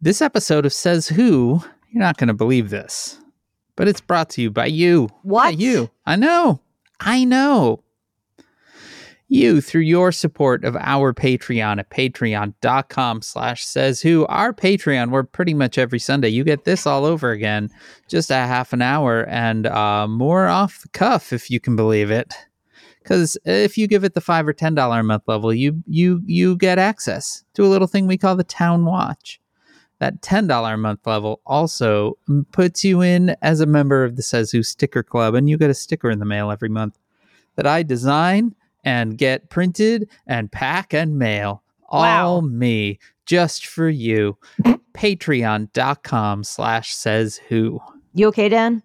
This episode of Says Who, you're not going to believe this, but it's brought to you by you. What? By you. I know. I know. You, through your support of our Patreon at patreon.com slash says who, our Patreon, we're pretty much every Sunday. You get this all over again, just a half an hour and uh, more off the cuff, if you can believe it. Because if you give it the five or ten dollar a month level, you you you get access to a little thing we call the town watch that $10 a month level also puts you in as a member of the Says Who sticker club, and you get a sticker in the mail every month that I design and get printed and pack and mail. All Wow. me, just for you. Patreon.com slash says who. You okay, Dan?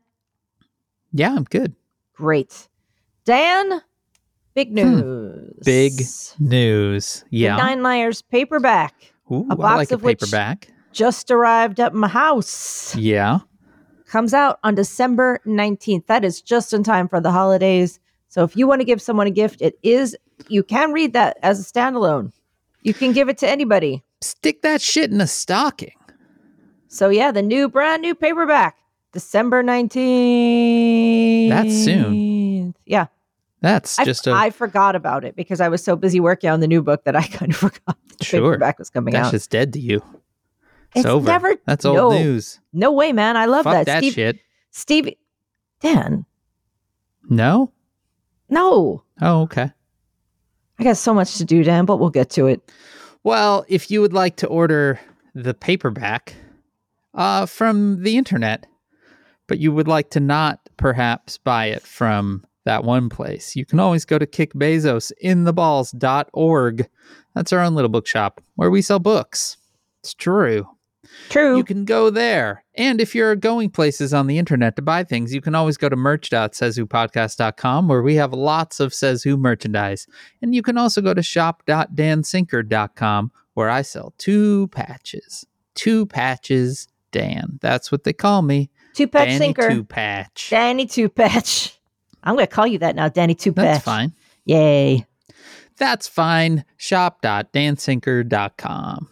Yeah, I'm good. Great. Dan, big news. Hmm. Big News. Yeah. Nine Liars paperback Ooh, a I box like a of which- paperback. just arrived at my house. Yeah. Comes out on December 19th. That is just in time for the holidays. So if you want to give someone a gift, it is, you can read that as a standalone. You can give it to anybody. Stick that shit in a stocking. So yeah, the new brand new paperback, December 19th. soon. Yeah. That's I just a I forgot about it because I was so busy working on the new book that I kind of forgot the Sure. paperback was coming that out. shit's dead to you. It's, It's over. never- That's old no. news. no way, man. I love Fuck that, that. Steve shit. Steve Dan. No? No. Oh, okay. I got so much to do, Dan, but we'll get to it. Well, if you would like to order the paperback uh, from the internet, but you would like to not perhaps buy it from that one place, you can always go to kickbezosintheballs.org. That's our own little bookshop where we sell books. It's true. True. You can go there. And if you're going places on the internet to buy things, you can always go to merch.sayswhopodcast.com where we have lots of Says Who merchandise. And you can also go to shop.dansinker.com where I sell two patches. Two patches, Dan. That's what they call me. two patch Danny sinker. Two Patch. Danny two patch. I'm gonna call you that now, Danny two patch. That's fine. Yay. That's fine. Shop.dansinker.com.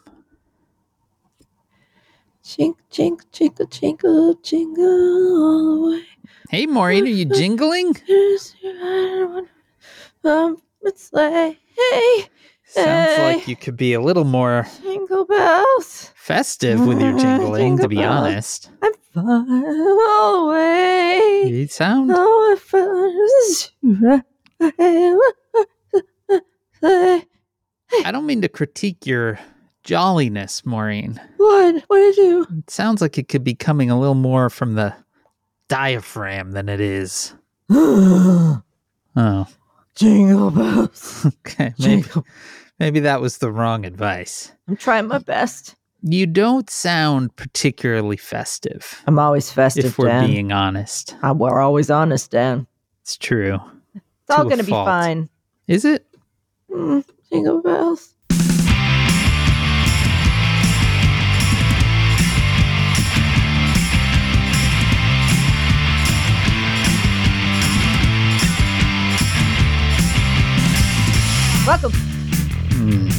Chink chink chinkle chinkle jingle all the way. Hey, Maureen, are you jingling? Here's your iron one. Um, it's like hey, Sounds like you could be a little more jingle bells. festive with your jingling, to be Jingle bells. honest. I'm fine all the way. You sound No, if I was you, I would say, I don't mean to critique your jolliness, Maureen. What? What did you? It sounds like it could be coming a little more from the diaphragm than it is. do? Oh, jingle bells. okay. Maybe, Jingle. maybe that was the wrong advice. I'm trying my best. You don't sound particularly festive, I'm always festive, if we're Dan. being honest. Uh, we're always honest, Dan. It's true. It's all To a gonna be fault. fine. Is it? Mm, jingle bells. Welcome Hmm.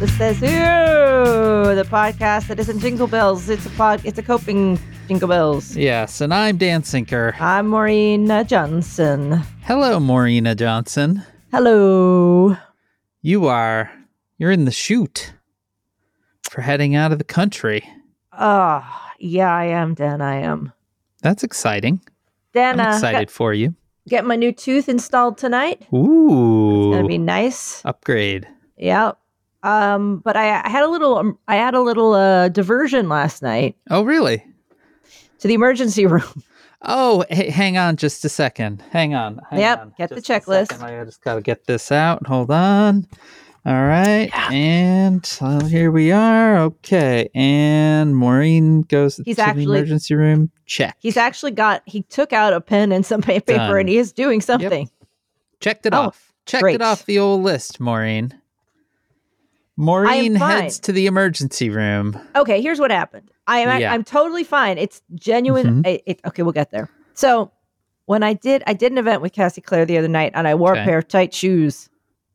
to Says Who, the podcast that isn't Jingle Bells. It's a pod. It's a coping Jingle Bells. Yes, and I'm Dan Sinker. I'm Maureen Johnson. Hello, Maureen Johnson. Hello. You are you're in the chute for heading out of the country. Ah, yeah, I am Dan. I am That's exciting. Dan. I'm uh, excited for you. get my new tooth installed tonight. It's Ooh, gonna be nice. upgrade. Yeah. Um, but I, I had a little, um, I had a little uh, diversion last night Oh, really? to the emergency room. Oh, h- hang on just a second. Hang on. Hang Yep, on. get the just a checklist. second. I just got to get this out. Hold on. All right. And uh, here we are. Okay. And Maureen goes He's to the actually- emergency room. Check. He's actually got, he took out a pen and some pa- paper, Done. and he is doing something. Checked it Oh, off. Checked great. it off the old list, Maureen. Maureen fine. heads to the emergency room. Okay, here's what happened. I am, Yeah. Mm-hmm. I'm totally fine. It's genuine. I- it- okay, we'll get there. So when I did, I did an event with Cassie Claire the other night, and I wore Okay. a pair of tight shoes.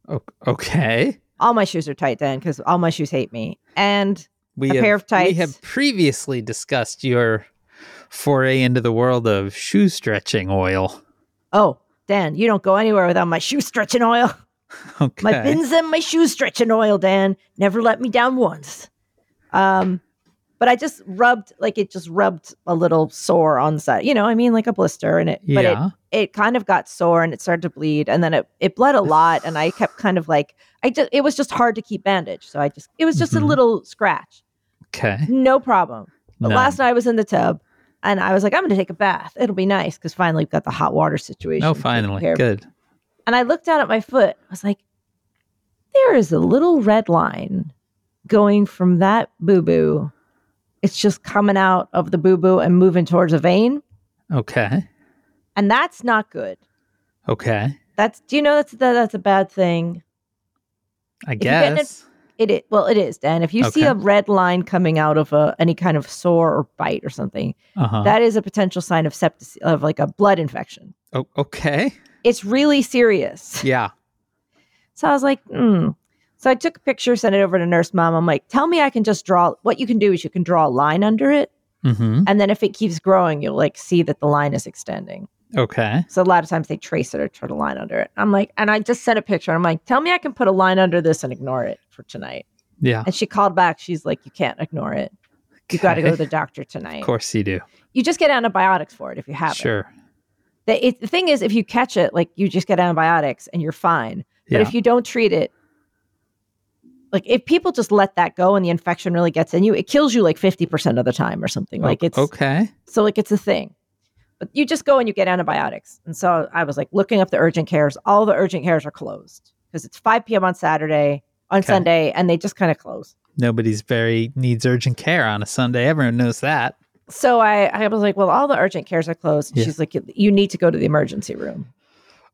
O- Okay. All my shoes are tight then, because all my shoes hate me. And We A have, pair of We tights. have previously discussed your foray into the world of shoe stretching oil. Oh, Dan, you don't go anywhere without my shoe stretching oil. Okay. My pins and my shoe stretching oil, Dan. Never let me down once. Um, but I just rubbed like it just rubbed a little sore on the side. You know, I mean like a blister and it but it yeah. it kind of got sore and it started to bleed and then it, it bled a lot and I kept kind of like I just it was just hard to keep bandaged. So I just it was just Mhm. a little scratch. okay. No problem. But None. last night I was in the tub and I was like, I'm gonna take a bath. It'll be nice because finally we've got the hot water situation. no, taken Oh, finally. care of. Good. And I looked down at my foot. I was like, there is a little red line going from that boo boo. It's just coming out of the boo boo and moving towards a vein. Okay. And that's not good. Okay. That's do you know that's that, that's a bad thing. I you get in a- guess. It is well, it is, Dan. If you see Okay. a red line coming out of a, any kind of sore or bite or something, Uh huh. that is a potential sign of septic of like a blood infection. O- Oh, okay. It's really serious. Yeah. So I was like, hmm. So I took a picture, sent it over to nurse mom. I'm like, tell me I can just draw. What you can do is you can draw a line under it, Mm-hmm. and then if it keeps growing, you'll like see that the line is extending. Okay. So a lot of times they trace it or try to line under it. I'm like, and I just sent a picture. I'm like, tell me I can put a line under this and ignore it for tonight. Yeah. And she called back. She's like, you can't ignore it. You got to go to the doctor Of tonight. course you do. You just get antibiotics for it if you have it. Sure. The, it. the thing is, if you catch it, like you just get antibiotics and you're fine. But Yeah. if you don't treat it, like if people just let that go and the infection really gets in you, it kills you like 50% of the time or something. Like O- it's okay. so like it's a thing. But you just go and you get antibiotics. And so I was like looking up the urgent cares. All the urgent cares are closed because it's 5 p.m. on Saturday, on Okay. Sunday, and they just kind of close. Nobody's very needs urgent care on a Sunday. Everyone knows that. So I, I was like, well, all the urgent cares are closed. And Yeah. she's like, "You- you need to go to the emergency room.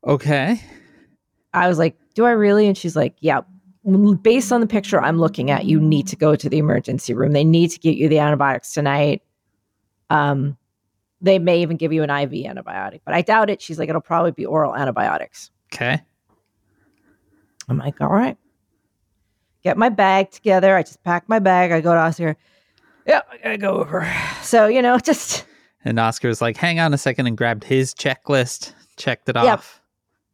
Okay. I was like, "Do I really?" And she's like, "Yeah." Based on the picture I'm looking at, you need to go to the emergency room. They need to get you the antibiotics tonight. Um, they may even give you an IV antibiotic, but I doubt it. She's like, "It'll probably be oral antibiotics." Okay. I'm like, "All right." Get my bag together. I just pack my bag. I go to Oscar. Yeah, I gotta go over. So you know, just And Oscar was like, hang on a second and grabbed his checklist, checked it Yep. off.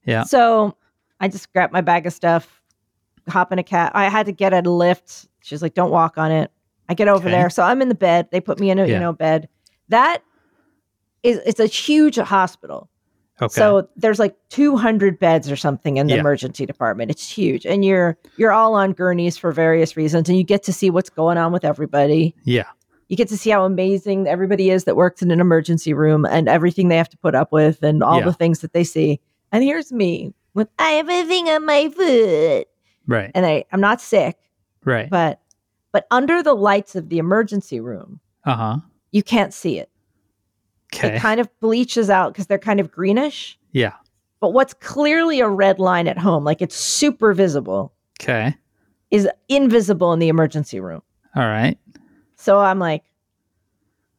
Yeah. So I just grabbed my bag of stuff, hop in a cab. I had to get a lift. She's like, don't walk on it. I get over Okay. there. So I'm in the bed. They put me in a, Yeah. you know, bed. That is, it's a huge hospital. Okay. So there's like 200 beds or something in the Yeah. emergency department. It's huge. And you're, you're all on gurneys for various reasons and you get to see what's going on with everybody. yeah. You get to see how amazing everybody is that works in an emergency room and everything they have to put up with and all Yeah. the things that they see. And here's me with I have a thing on my foot. Right. And I, I'm not sick, Right. but but under the lights of the emergency room, Uh huh. you can't see it. Okay. It kind of bleaches out because they're kind of greenish. yeah. But what's clearly a red line at home, like it's super visible, Okay. is invisible in the emergency room. All right. So I'm like,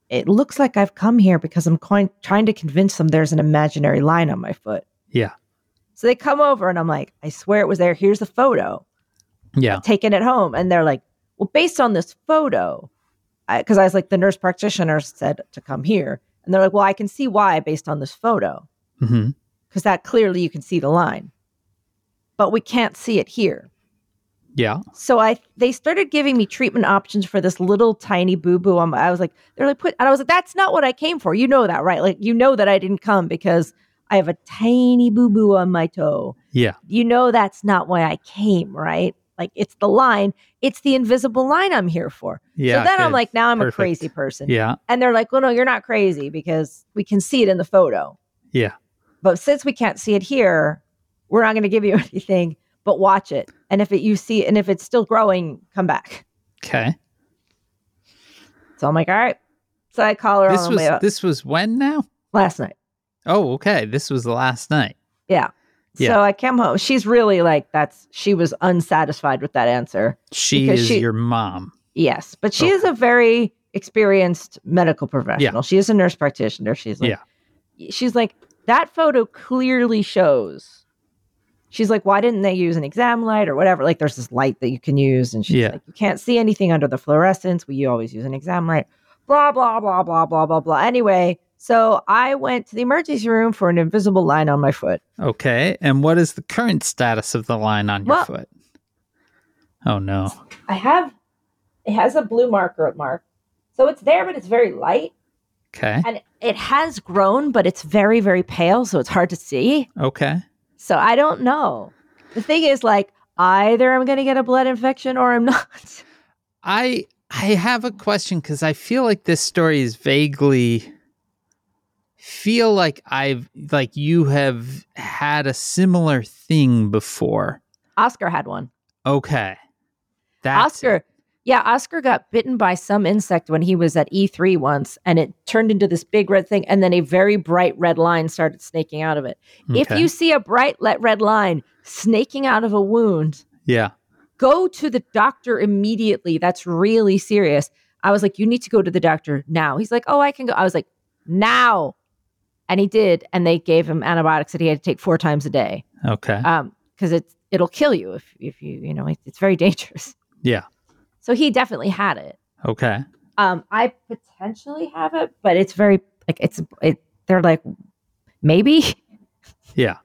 it looks like I've come here because I'm coin- trying to convince them there's an imaginary line on my foot. Yeah. So they come over and I'm like, I swear it was there. Here's a photo Yeah. taken at home. And they're like, well, based on this photo, because I, was like, the nurse practitioner said to come here. And they're like, well, I can see why based on this photo, hmm because that clearly you can see the line, but we can't see it here. Yeah. So I they started giving me treatment options for this little tiny boo boo. on my- I was like, they're like put, and I was like, that's not what I came for. You know that, right? Like you know that I didn't come because I have a tiny boo boo on my toe. Yeah. You know that's not why I came, right? Like it's the line, it's the invisible line I'm here for. Yeah. so then I'm good. like, now I'm Perfect. a crazy person. yeah. And they're like, well, no, you're not crazy because we can see it in the photo. Yeah. But since we can't see it here, we're not going to give you anything, but watch it. And if it, you see, and if it's still growing, come back. Okay. So I'm like, all right. So I call her This on the way was up this was when now? last night. Oh, okay. This was the last night. yeah. So I came home. She's really like, that's, she was unsatisfied with that answer. She Because is she- your mom. Yes. But she is a very experienced medical professional. She is a nurse practitioner. She's like, she's like, that photo clearly shows she's like, why didn't they use an exam light or whatever? Like there's this light that you can use. And she's Yeah. like, you can't see anything under the fluorescence. We always use an exam light. Blah, blah, blah, blah, blah, blah, blah. Anyway, so I went to the emergency room for an invisible line on my foot. Okay. And what is the current status of the line on your Well- foot? Oh no. I have it has a blue marker mark. So it's there, but it's very light. Okay. And it has grown, but it's very, very pale, so it's hard to see. Okay. So I don't know. The thing is, like, either I'm gonna get a blood infection or I'm not. I I have a question because I feel like this story is vaguely feel like I've like you have had a similar thing before. Oscar had one. Okay. That's Oscar. it. Yeah, Oscar got bitten by some insect when he was at E3 once and it turned into this big red thing and then a very bright red line started snaking out of it. If Okay. you see a bright le- red line snaking out of a wound, Yeah. go to the doctor immediately. That's really serious. I was like, you need to go to the doctor now. He's like, oh, I can go. I was like, now. And he did. And they gave him antibiotics that he had to take four times a day Okay. um, because it's it'll kill you if, if you, you know, it, it's very dangerous. Yeah. So he definitely had it. Okay. Um, I potentially have it, but it's very, like, it's, it, they're like, maybe. Yeah.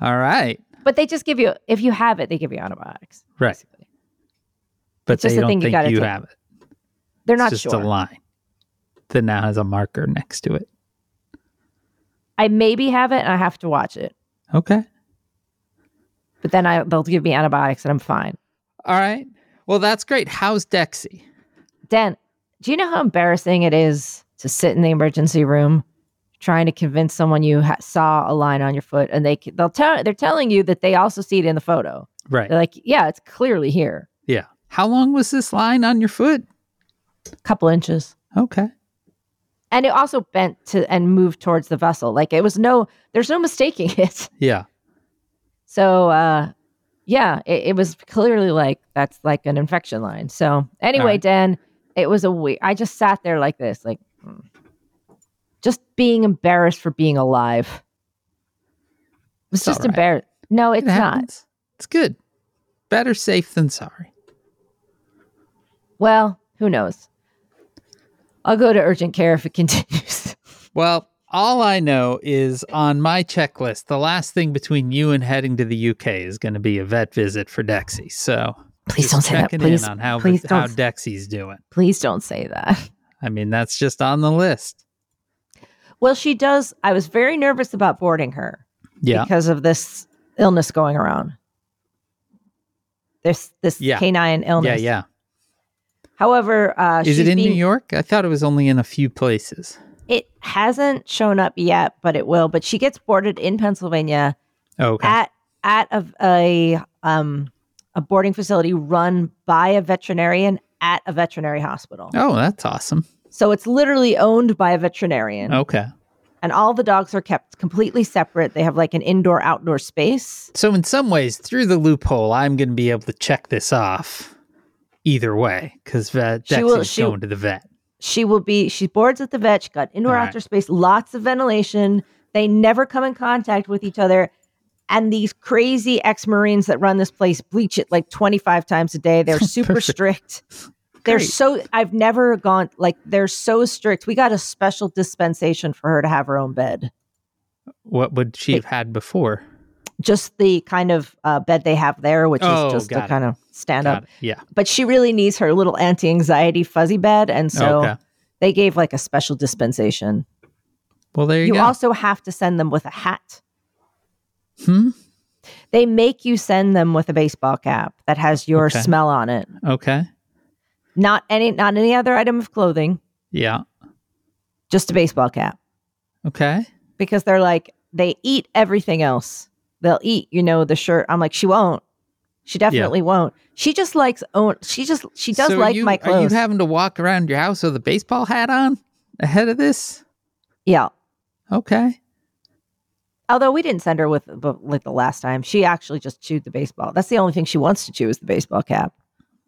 All right. But they just give you, if you have it, they give you antibiotics. Right. basically. But It's they just a don't thing you think gotta you take. have it. They're It's not just sure. a line that now has a marker next to it. I maybe have it and I have to watch it. Okay. but then I they'll give me antibiotics and I'm fine. All right. Well, that's great. How's Dexy? Dan, do you know how embarrassing it is to sit in the emergency room trying to convince someone you ha- saw a line on your foot and they c- they'll tell they're telling you that they also see it in the photo. Right. They're like, yeah, it's clearly here, Yeah. How long was this line on your foot? a couple inches. Okay. And it also bent to and moved towards the vessel. Like it was no, there's no mistaking it. Yeah. So, uh, yeah, it, it was clearly like that's like an infection line. So, anyway, right. Dan, it was a week. I just sat there like this, like mm. just being embarrassed for being alive. It was It's just all right. embarrassed. No, it's It not. happens. It's good. Better safe than sorry. Well, who knows? I'll go to urgent care if it continues. Well, all I know is on my checklist, the last thing between you and heading to the UK is going to be a vet visit for Dexy. So Please just don't say that. checking Please, in on how, please how don't. Dexy's doing. please don't say that. I mean, that's just on the list. Well, she does. I was very nervous about boarding her. Yeah. because of this illness going around. This this Yeah. canine Yeah. illness. Yeah. However, uh, Is she's it in being- New York? I thought it was only in a few places. It hasn't shown up yet, but it will. But she gets boarded in Pennsylvania Okay. at at a, a um a boarding facility run by a veterinarian at a veterinary hospital. oh, that's awesome. So it's literally owned by a veterinarian, Okay. and all the dogs are kept completely separate. They have like an indoor outdoor space. So, in some ways, through the loophole, I'm going to be able to check this off either way because She will- Dexy's she- going to the vet. She will be, she boards at the vet. She got indoor All right. outdoor space, lots of ventilation. They never come in contact with each other. And these crazy ex Marines that run this place bleach it like 25 times a day. They're super Perfect. strict. They're Great. so, I've never gone, like, they're so strict. We got a special dispensation for her to have her own bed, What would she have had before? just the kind of uh, bed they have there, which Oh, is just the got it. kind of stand Got up. it. Yeah. But she really needs her little anti anxiety fuzzy bed. And so okay. they gave like a special dispensation. Well, there you, You, go. also have to send them with a hat. hmm? They make you send them with a baseball cap that has your Okay. smell on it. Okay. Not any not any other item of clothing, Yeah. just a baseball cap. Okay. Because they're like they eat everything else. They'll eat, you know, the shirt. I'm like, she won't. She definitely won't. She just likes own she just she does So are like you, my Are you clothes. having to walk around your house with a baseball hat on ahead of this? yeah. Okay. Although we didn't send her with but like the last time. She actually just chewed the baseball. That's the only thing she wants to chew is the baseball cap.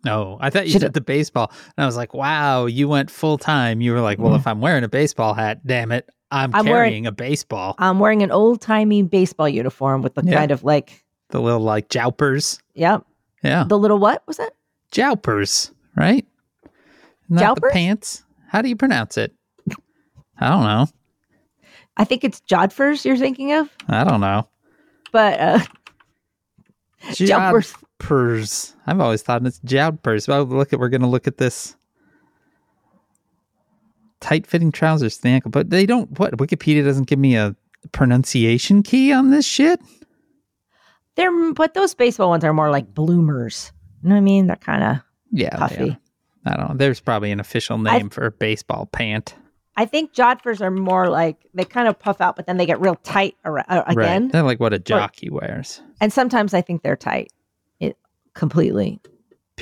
No, I thought you Should said the baseball. And I was like, wow, you went full time. You were like, well, if I'm wearing a baseball hat, damn it, I'm, Mm. I'm wearing- carrying a baseball. I'm wearing an old timey baseball uniform with the Yeah. kind of like, the little like joupers. yep, Yeah. the little what was that? Joupers, right? Not the Joupers? pants. How do you pronounce it? I don't know. I think it's Jodfers you're thinking of, I don't know. but uh, Jodfers. Joupers. I've always thought it's joupers. Well, look at we're gonna look at this. Tight fitting trousers to the ankle, but they don't. What Wikipedia doesn't give me a pronunciation key on this shit. They're but those baseball ones are more like bloomers. You know what I mean? They're kind of Oh, Yeah, they puffy. are. I don't know. There's probably an official I- name for a baseball pant. I think Jodfers are more like they kind of puff out, but then they get real tight ar- uh, again. Right. They're like what a jockey wears. And sometimes I think they're tight, it, completely. I've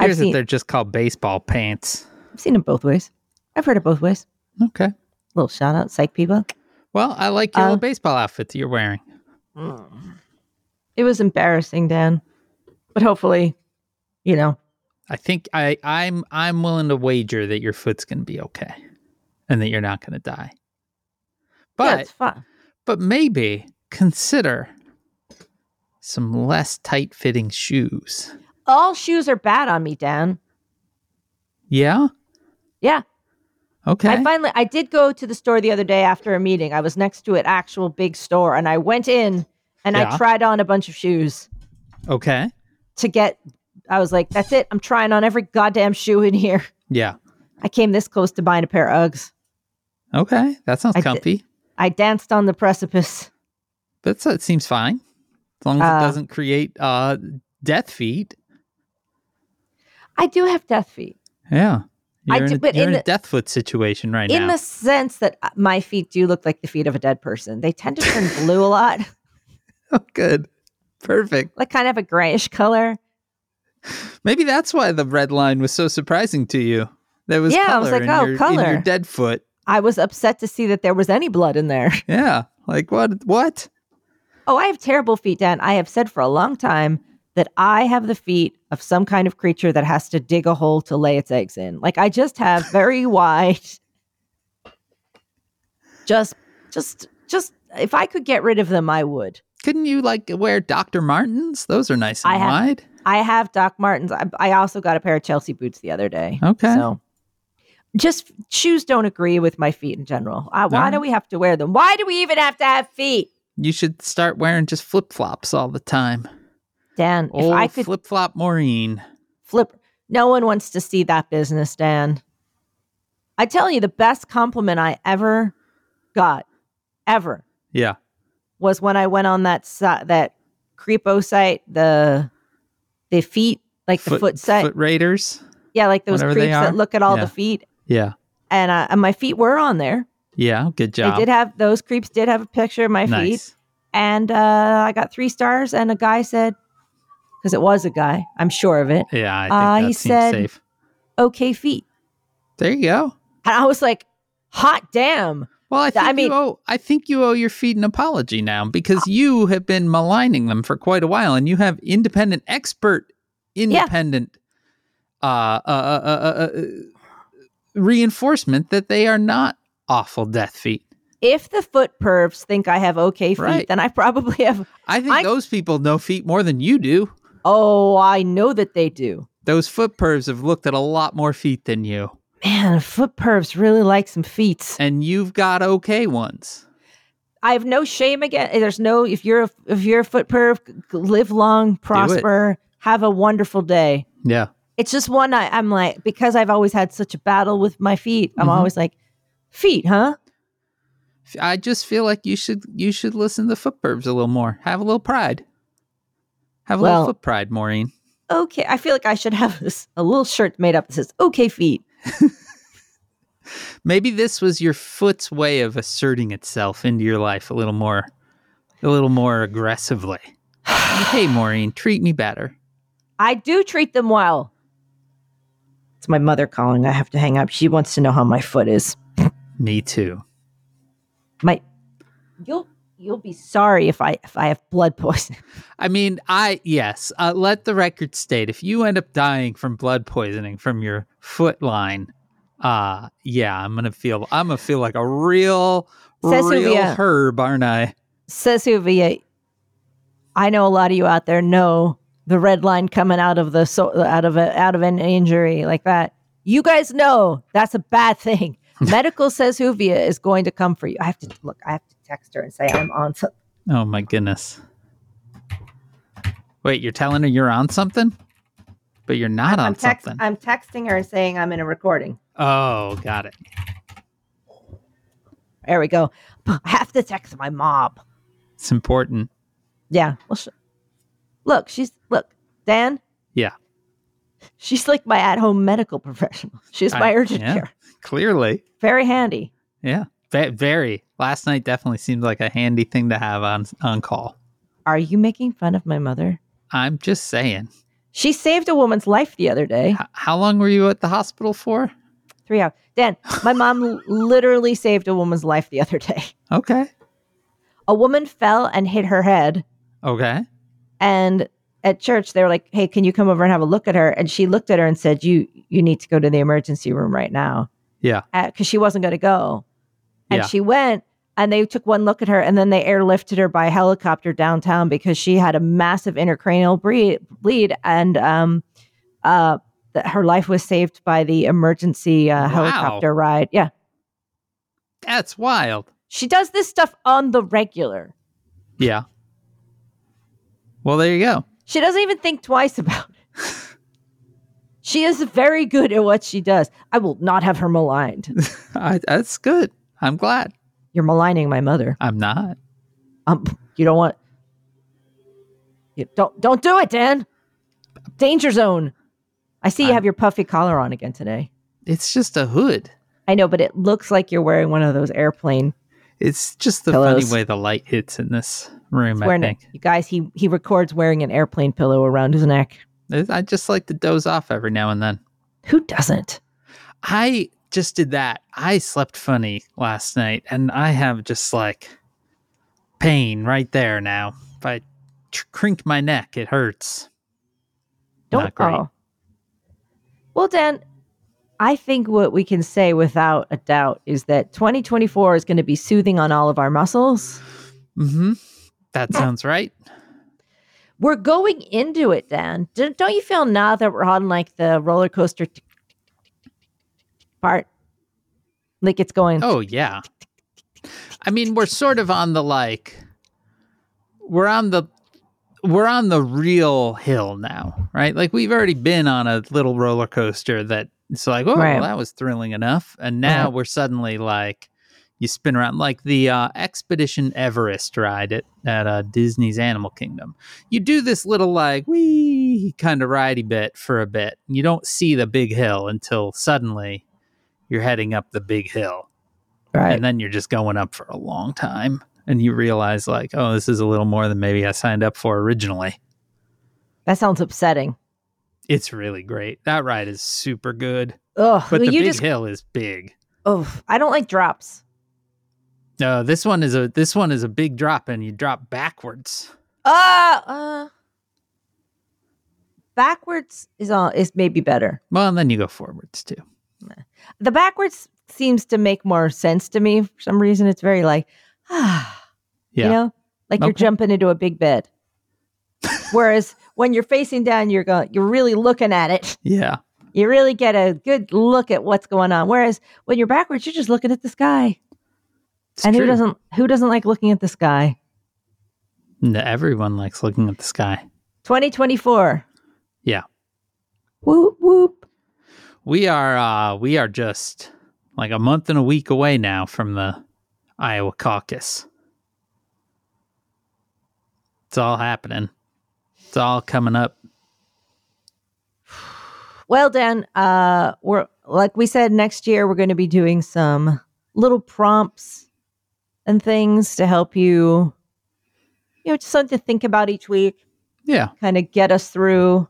Appears that seen- they're just called baseball pants. I've seen them both ways. I've heard it both ways. Okay. Little shout out, psych people. Well, I like your Uh, little baseball outfit that you're wearing. Mm. It was embarrassing, Dan, but hopefully, you know, I think I, I'm I'm willing to wager that your foot's gonna be okay, and that you're not gonna die. yeah, But it's fun. but maybe consider some less tight fitting shoes. All shoes are bad on me, Dan. Yeah. Yeah. Okay. I finally I did go to the store the other day after a meeting. I was next to an actual big store and I went in and Yeah. I tried on a bunch of shoes okay. to get I was like, that's it. I'm trying on every goddamn shoe in here. Yeah. I came this close to buying a pair of Uggs. Okay. That sounds I did- comfy. I danced on the precipice. That's that seems fine. As long as Uh, it doesn't create uh death feet. I do have death feet Yeah. I You're, do- in, a, but you're in in a the- death foot situation right in now. the sense that uh, my feet do look like the feet of a dead person. They tend to turn blue a lot, oh, good. Perfect. like kind of a grayish color. Maybe that's why the red line was so surprising to you. There was Yeah, color I was like, in, oh, your, in color. your dead foot. I was upset to see that there was any blood in there. Yeah. Like what what? Oh, I have terrible feet, Dan. I have said for a long time that I have the feet of some kind of creature that has to dig a hole to lay its eggs in. Like I just have very wide just just just if I could get rid of them, I would. Couldn't you like wear Dr. Martens? Those are nice and I have- wide. I have Doc Martens. I, I also got a pair of Chelsea boots the other day. Okay. So just shoes don't agree with my feet in general. Uh, why Alright. do we have to wear them? Why do we even have to have feet? You should start wearing just flip flops all the time. Dan, if I Old could flip flop Maureen. flip. No one wants to see that business, Dan. I tell you, the best compliment I ever got, ever, Yeah. was when I went on that si- that creepo site, the the feet, like the foot site, foot raiders. yeah, like those whatever creeps they are. that look at all Yeah. the feet, Yeah. and, uh, and my feet were on there. Yeah. Good job. They did have those creeps did have a picture of my feet, nice. and uh, I got three stars, and a guy said, because it was a guy, I'm sure of it. Yeah, I think Uh, that he seems said- safe. Okay, feet, There you go. and I was like, hot damn. Well, I Th- think I mean- Ah. you owe I think you owe your feet an apology now because you have been maligning them for quite a while, and you have independent expert, independent, uh, uh, uh, uh, uh, uh, reinforcement that they are not awful death feet. if the foot pervs think I have okay feet, Right. then I probably have. I think I- those people know feet more than you do. Oh, I know that they do. Those foot pervs have looked at a lot more feet than you, Man, foot pervs really like some feet. and you've got okay ones. I have no shame again. eh, There's no if you're a, if you're a foot perv, g- live long, prosper, have a wonderful day. Yeah, It's just one I, I'm like because I've always had such a battle with my feet. I'm Mhm. always like, feet, huh? I just feel like you should you should listen to foot burbs a little more. Have a little pride. Have a Well- little foot pride, Maureen. Okay, I feel like I should have this a little shirt made up that says "Okay, feet." Maybe this was your foot's way of asserting itself into your life a little more a little more aggressively. hey Maureen, treat me better. I do treat them well. It's my mother calling. I have to hang up. She wants to know how my foot is. Me too. My you'll you'll be sorry if I if I have blood poisoning. I mean, I yes, uh, let the record state if you end up dying from blood poisoning from your foot line, Uh yeah, I'm gonna feel I'm gonna feel like a real real Sesuvia. herb, aren't I? Sesuvia, I know a lot of you out there know the red line coming out of the so, out of a, out of an injury like that. You guys know that's a bad thing. Medical Sesuvia is going to come for you. I have to look. I have to text her and say I'm on. so- Oh my goodness. Wait, you're telling her you're on something? But you're not on I'm, text, something. I'm texting her and saying I'm in a recording. oh, got it. There we go. I have to text my mob. It's important. Yeah. Well, sh- look, she's look, Dan. Yeah. She's like my at-home medical professional. She's my I- urgent yeah. care. Clearly. Very handy. Yeah. Ve- very. Last night definitely seemed like a handy thing to have on on call. Are you making fun of my mother? I'm just saying. She saved a woman's life the other day. H- how long were you at the hospital for? Three hours. Dan, my mom literally saved a woman's life the other day. Okay. A woman fell and hit her head, Okay. and at church they were like, "Hey, can you come over and have a look at her?" And she looked at her and said, "You you need to go to the emergency room right now." Yeah. because she wasn't going to go. And Yeah. she went, and they took one look at her, and then they airlifted her by helicopter downtown because she had a massive intracranial bleed, bleed and um, uh, that her life was saved by the emergency uh, Wow. helicopter ride. Yeah, That's wild. she does this stuff on the regular. Yeah. Well, there you go. She doesn't even think twice about it. she is very good at what she does. I will not have her maligned. I, that's good. I'm glad. You're maligning my mother. I'm not. Um, you don't want. You don't don't do it, Dan. Danger zone. I see you I'm- have your puffy collar on again today. It's just a hood. I know, but it looks like you're wearing one of those airplane. It's just the Pillows. funny way the light hits in this room. I wearing think You guys, he he records wearing an airplane pillow around his neck. It- I just like to doze off every now and then. Who doesn't? I just did that. I slept funny last night, and I have just like pain right there now. If I tr- crink my neck, it hurts. Don't Not great. oh. Well, Dan, I think what we can say without a doubt is that 2024 is going to be soothing on all of our muscles. Mm-hmm. That sounds right. we're going into it, Dan. D- Don't you feel now that we're on like the roller coaster tick, tick, tick, tick, tick, tick, tick part? Like it's going. Oh yeah. I mean, we're sort of on the like we're on the we're on the real hill now, right? Like we've already been on a little roller coaster that it's like, oh, Right. well, that was thrilling enough, and now Right. we're suddenly like you spin around like the uh, Expedition Everest ride at at uh, Disney's Animal Kingdom. You do this little like wee kind of ridey bit for a bit. You don't see the big hill until suddenly you're heading up the big hill right. and then you're just going up for a long time and you realize like oh this is a little more than maybe i signed up for originally That sounds upsetting. it's really great that ride is super good Ugh. but will the you big just. hill is big Oh, I don't like drops. no this one is a this one is a big drop and you drop backwards Ah. uh, backwards is all is maybe better. well and then you go forwards too The backwards seems to make more sense to me for some reason. It's very like, ah. yeah You know, like you're Okay. jumping into a big bed. Whereas when you're facing down, you're going, you're really looking at it. yeah You really get a good look at what's going on. Whereas when you're backwards, you're just looking at the sky. it's and who true. doesn't who doesn't like looking at the sky? No, everyone likes looking at the sky 2024. Yeah. Whoop whoop. we are uh we are just like a month and a week away now from the iowa caucus it's all happening it's all coming up Well, Dan, uh, we're like we said, next year we're going to be doing some little prompts and things to help you, you know, just something to think about each week. yeah kind of get us through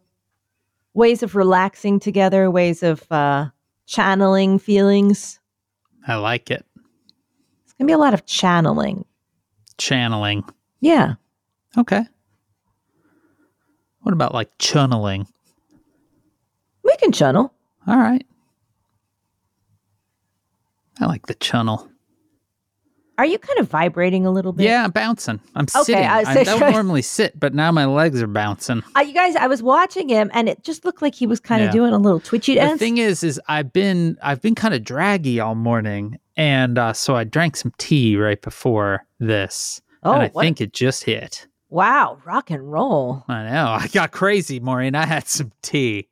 ways of relaxing together, ways of uh, channeling feelings. i like it It's going to be a lot of channeling. channeling Yeah. okay what about like chunneling We can channel. all right I like the chunnel. Are you kind of vibrating a little bit? Yeah, I'm bouncing. I'm sitting. I was I saying- don't normally sit, but now my legs are bouncing. Uh, you guys, I was watching him, and it just looked like he was kind Yeah. of doing a little twitchy The dance. thing is, is I've been I've been kind of draggy all morning, and uh, so I drank some tea right before this, oh, and I what- think it just hit. wow, rock and roll. I know I got crazy, Maureen. I had some tea.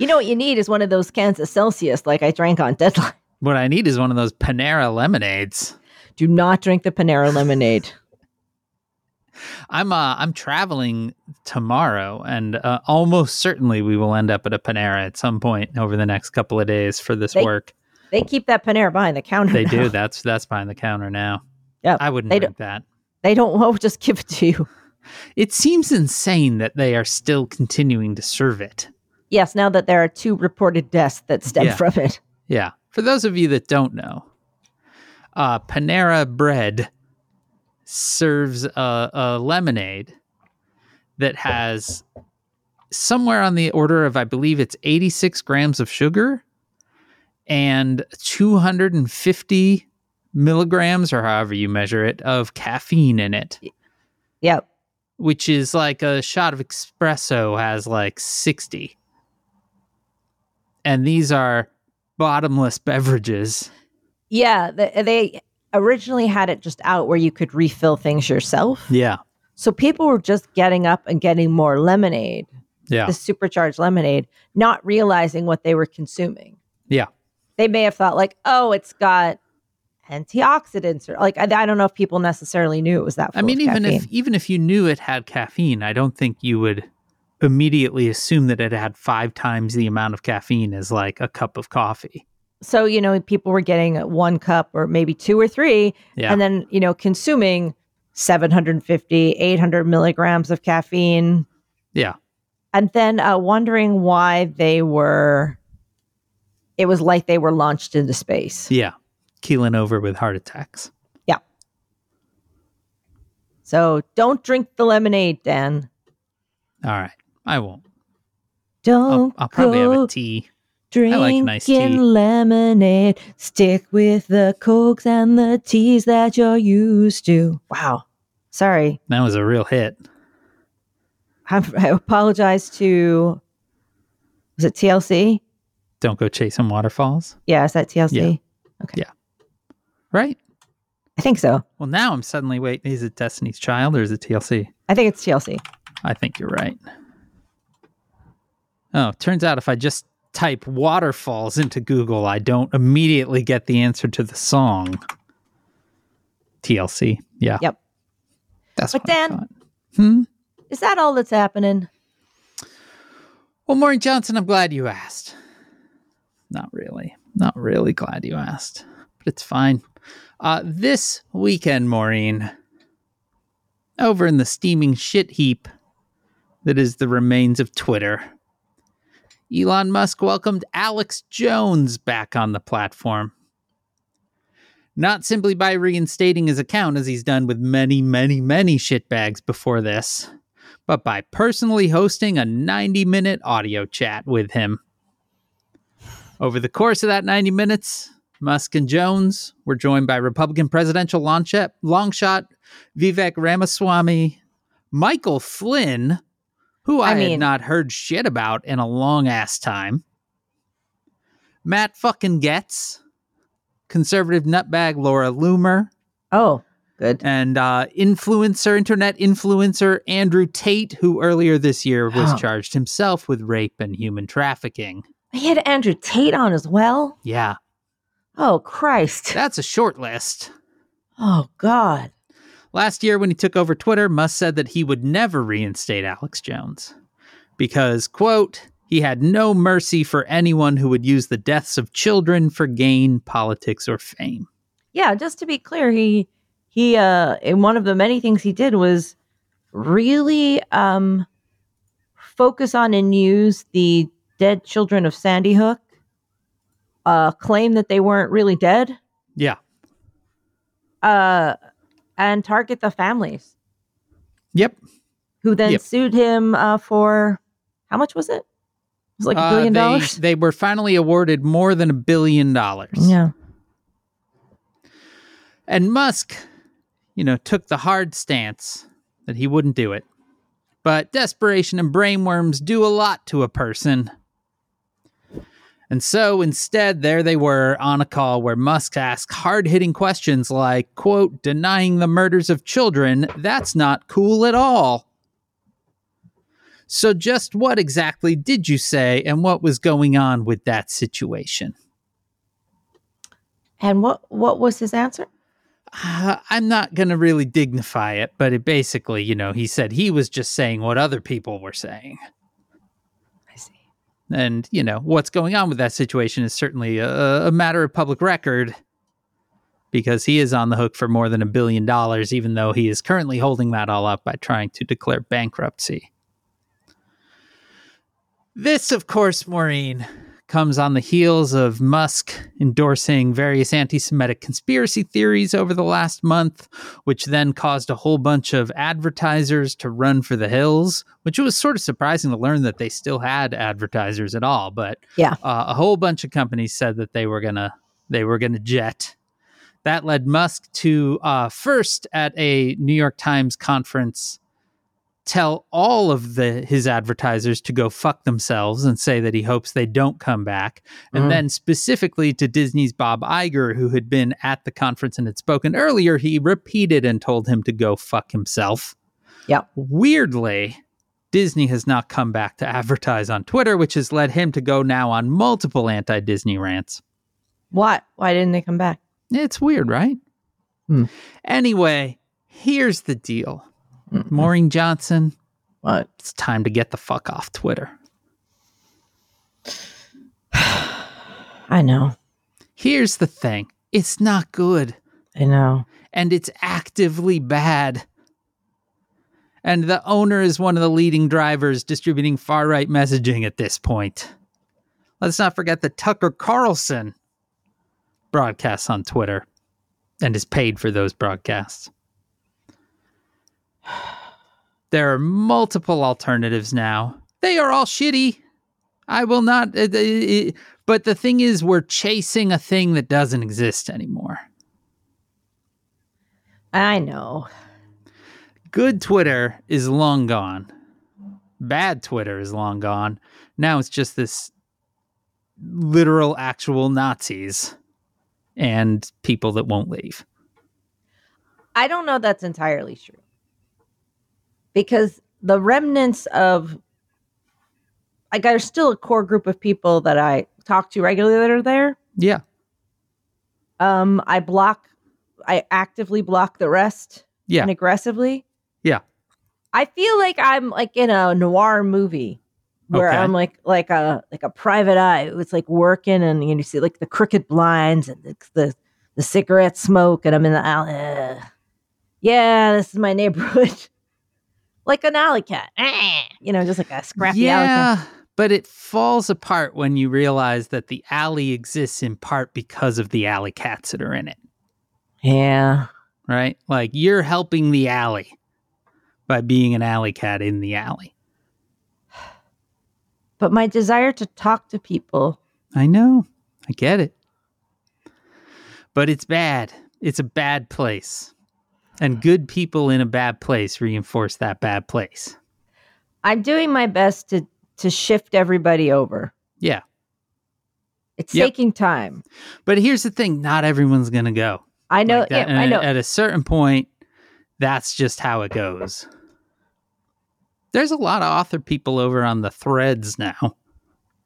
You know what you need is one of those cans of Celsius, like I drank on deadline. What I need is one of those Panera lemonades. Do not drink the Panera lemonade. I'm uh, I'm traveling tomorrow, and uh, almost certainly we will end up at a Panera at some point over the next couple of days for this They- work. They keep that Panera behind the counter. They now. do. That's that's behind the counter now. Yep, I wouldn't they drink that. They don't. Well, just give it to you. It seems insane that they are still continuing to serve it. Yes. Now that there are two reported deaths that stem Yeah. from it. Yeah. For those of you that don't know, uh, Panera Bread serves a, a lemonade that has somewhere on the order of, I believe it's 86 grams of sugar and 250 milligrams, or however you measure it, of caffeine in it, Yep. which is like a shot of espresso has like 60. And these are bottomless beverages. Yeah. They, they originally had it just out where you could refill things yourself. Yeah. So people were just getting up and getting more lemonade, Yeah. the supercharged lemonade, not realizing what they were consuming. Yeah. They may have thought like, oh, it's got antioxidants or like I, I don't know if people necessarily knew it was that. I mean, even caffeine. if even if you knew it had caffeine, I don't think you would immediately assume that it had five times the amount of caffeine as like a cup of coffee. so you know people were getting one cup or maybe two or three Yeah. and then you know consuming 750 800 milligrams of caffeine Yeah. and then uh, wondering why they were it was like they were launched into space Yeah. Keeling over with heart attacks. so don't drink the lemonade dan All right. I won't. I'll, don't I'll probably have go a tea. drinking like nice tea. lemonade stick with the cokes and the teas that you're used to wow sorry That was a real hit. I I apologize to was it TLC? Don't go chasing waterfalls. Yeah, is that TLC? Yeah. Right? I think so. Well, now I'm suddenly wait. Is it Destiny's Child or is it TLC? I think it's TLC. I think you're right. Oh, turns out if I just type waterfalls into Google, I don't immediately get the answer to the song. TLC. Yeah. Yep. That's But what I Dan- thought. Hmm? Is that all that's happening? Well, Maureen Johnson, I'm glad you asked. Not really. Not really glad you asked, but it's fine. Uh, this weekend, Maureen, over in the steaming shit heap that is the remains of Twitter, Elon Musk welcomed Alex Jones back on the platform. Not simply by reinstating his account, as he's done with many, many, many shitbags before this but by personally hosting a 90 minute audio chat with him. Over the course of that 90 minutes, Musk and Jones were joined by Republican presidential long shot, long shot Vivek Ramaswamy, Michael Flynn, who I, I had mean- not heard shit about in a long ass time, Matt fucking Getz, conservative nutbag Laura Loomer, Oh, good. and uh, influencer, internet influencer Andrew Tate, who earlier this year was Oh. charged himself with rape and human trafficking. He had Andrew Tate on as well. Yeah, Oh Christ. that's a short list. Oh God. Last year, when he took over Twitter, Musk said that he would never reinstate Alex Jones because, quote, he had no mercy for anyone who would use the deaths of children for gain, politics, or fame. Yeah, just to be clear, he he uh in one of the many things he did was really um focus on and use the dead children of Sandy Hook, uh claim that they weren't really dead. Yeah, uh, and target the families yep, who then Yep. sued him uh, for how much was it? was like a Uh, billion they- dollars. They were finally awarded more than a billion dollars. Yeah. And Musk, you know, took the hard stance that he wouldn't do it. But desperation and brainworms do a lot to a person. And so instead, there they were on a call where Musk asked hard hitting questions like, quote, denying the murders of children, that's not cool at all. So, just what exactly did you say, and what was going on with that situation? And what what was his answer? Uh, I'm not going to really dignify it, but it basically, you know, he said he was just saying what other people were saying. I see. And, you know, what's going on with that situation is certainly a, a matter of public record because he is on the hook for more than a billion dollars, even though he is currently holding that all up by trying to declare bankruptcy. This, of course, Maureen, comes on the heels of Musk endorsing various anti Semitic conspiracy theories over the last month, which then caused a whole bunch of advertisers to run for the hills, which was sort of surprising to learn that they still had advertisers at all. But Yeah. uh, a whole bunch of companies said that they were gonna they were gonna jet. That led Musk to uh, first at a New York Times conference tell all of the his advertisers to go fuck themselves and say that he hopes they don't come back and Mm. then specifically to Disney's Bob Iger who had been at the conference and had spoken earlier he repeated and told him to go fuck himself Yep. weirdly Disney has not come back to advertise on Twitter which has led him to go now on multiple anti-Disney rants What? Why didn't they come back? it's weird, right? Hmm. Anyway, here's the deal. Mm-mm. Maureen Johnson, What? it's time to get the fuck off Twitter. I know. Here's the thing it's not good I know. and it's actively bad. And the owner is one of the leading drivers distributing far right messaging at this point. Let's not forget that Tucker Carlson broadcasts on Twitter and is paid for those broadcasts. There are multiple alternatives now. They are all shitty. I will not. uh, uh, uh, but the thing is, we're chasing a thing that doesn't exist anymore. I know. good Twitter is long gone. Bad Twitter is long gone. Now it's just this literal, actual Nazis and people that won't leave. I don't know that's entirely true. Because the remnants of like there's still a core group of people that I talk to regularly that are there. Yeah. Um I block I actively block the rest Yeah. and aggressively. Yeah. I feel like I'm like in a noir movie where Okay. I'm like like a like a private eye. It's like working and you, know, you see like the crooked blinds and the, the the cigarette smoke and I'm in the alley. Ugh. Yeah, this is my neighborhood. like an alley cat. Eh. You know, just like a scrappy alley cat. yeah. But it falls apart when you realize that the alley exists in part because of the alley cats that are in it, Yeah. right? Like you're helping the alley by being an alley cat in the alley. But my desire to talk to people, I know. I get it. But it's bad. It's a bad place. And good people in a bad place reinforce that bad place. I'm doing my best to to shift everybody over. Yeah. It's Yep. taking time. But here's the thing not everyone's going to go. I know. Like that. yeah, I And know. At a certain point, that's just how it goes. There's a lot of author people over on the threads now.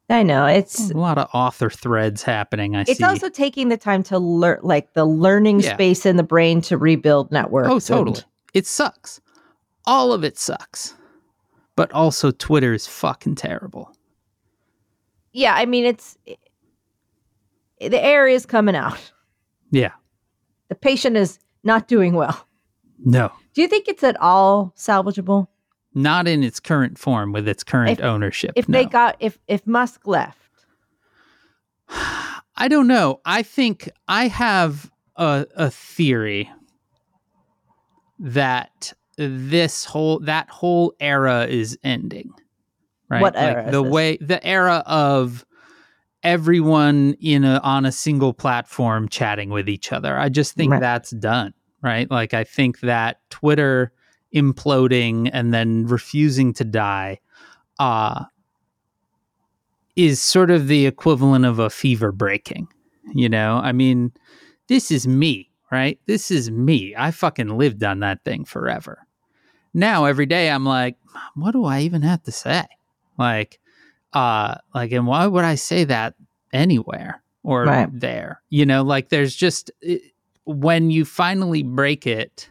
I know. It's A lot of author threads happening. I Mm. it's Hmm. see. also taking the time to learn, like the learning Yeah. space in the brain to rebuild networks. Oh, and- totally. It sucks. All of it sucks. But also, Twitter is fucking terrible. yeah, I mean, it's the air is coming out. Yeah. The patient is not doing well. No. Do you think it's at all salvageable? Not in its current form with its current If- ownership. If no. they got if if Musk left, I don't know. I think I have a, a theory that this whole that whole era is ending. right? What Like, era is the this? way the era of everyone in a, on a single platform chatting with each other. I just think Right. that's done, right? Like I think that Twitter imploding and then refusing to die uh is sort of the equivalent of a fever breaking. You know, I mean, this is me, right? This is me. I fucking lived on that thing forever. Now every day I'm like, what do I even have to say? Like, uh, like, and why would I say that anywhere or Right. there? You know, like there's just it, when you finally break it,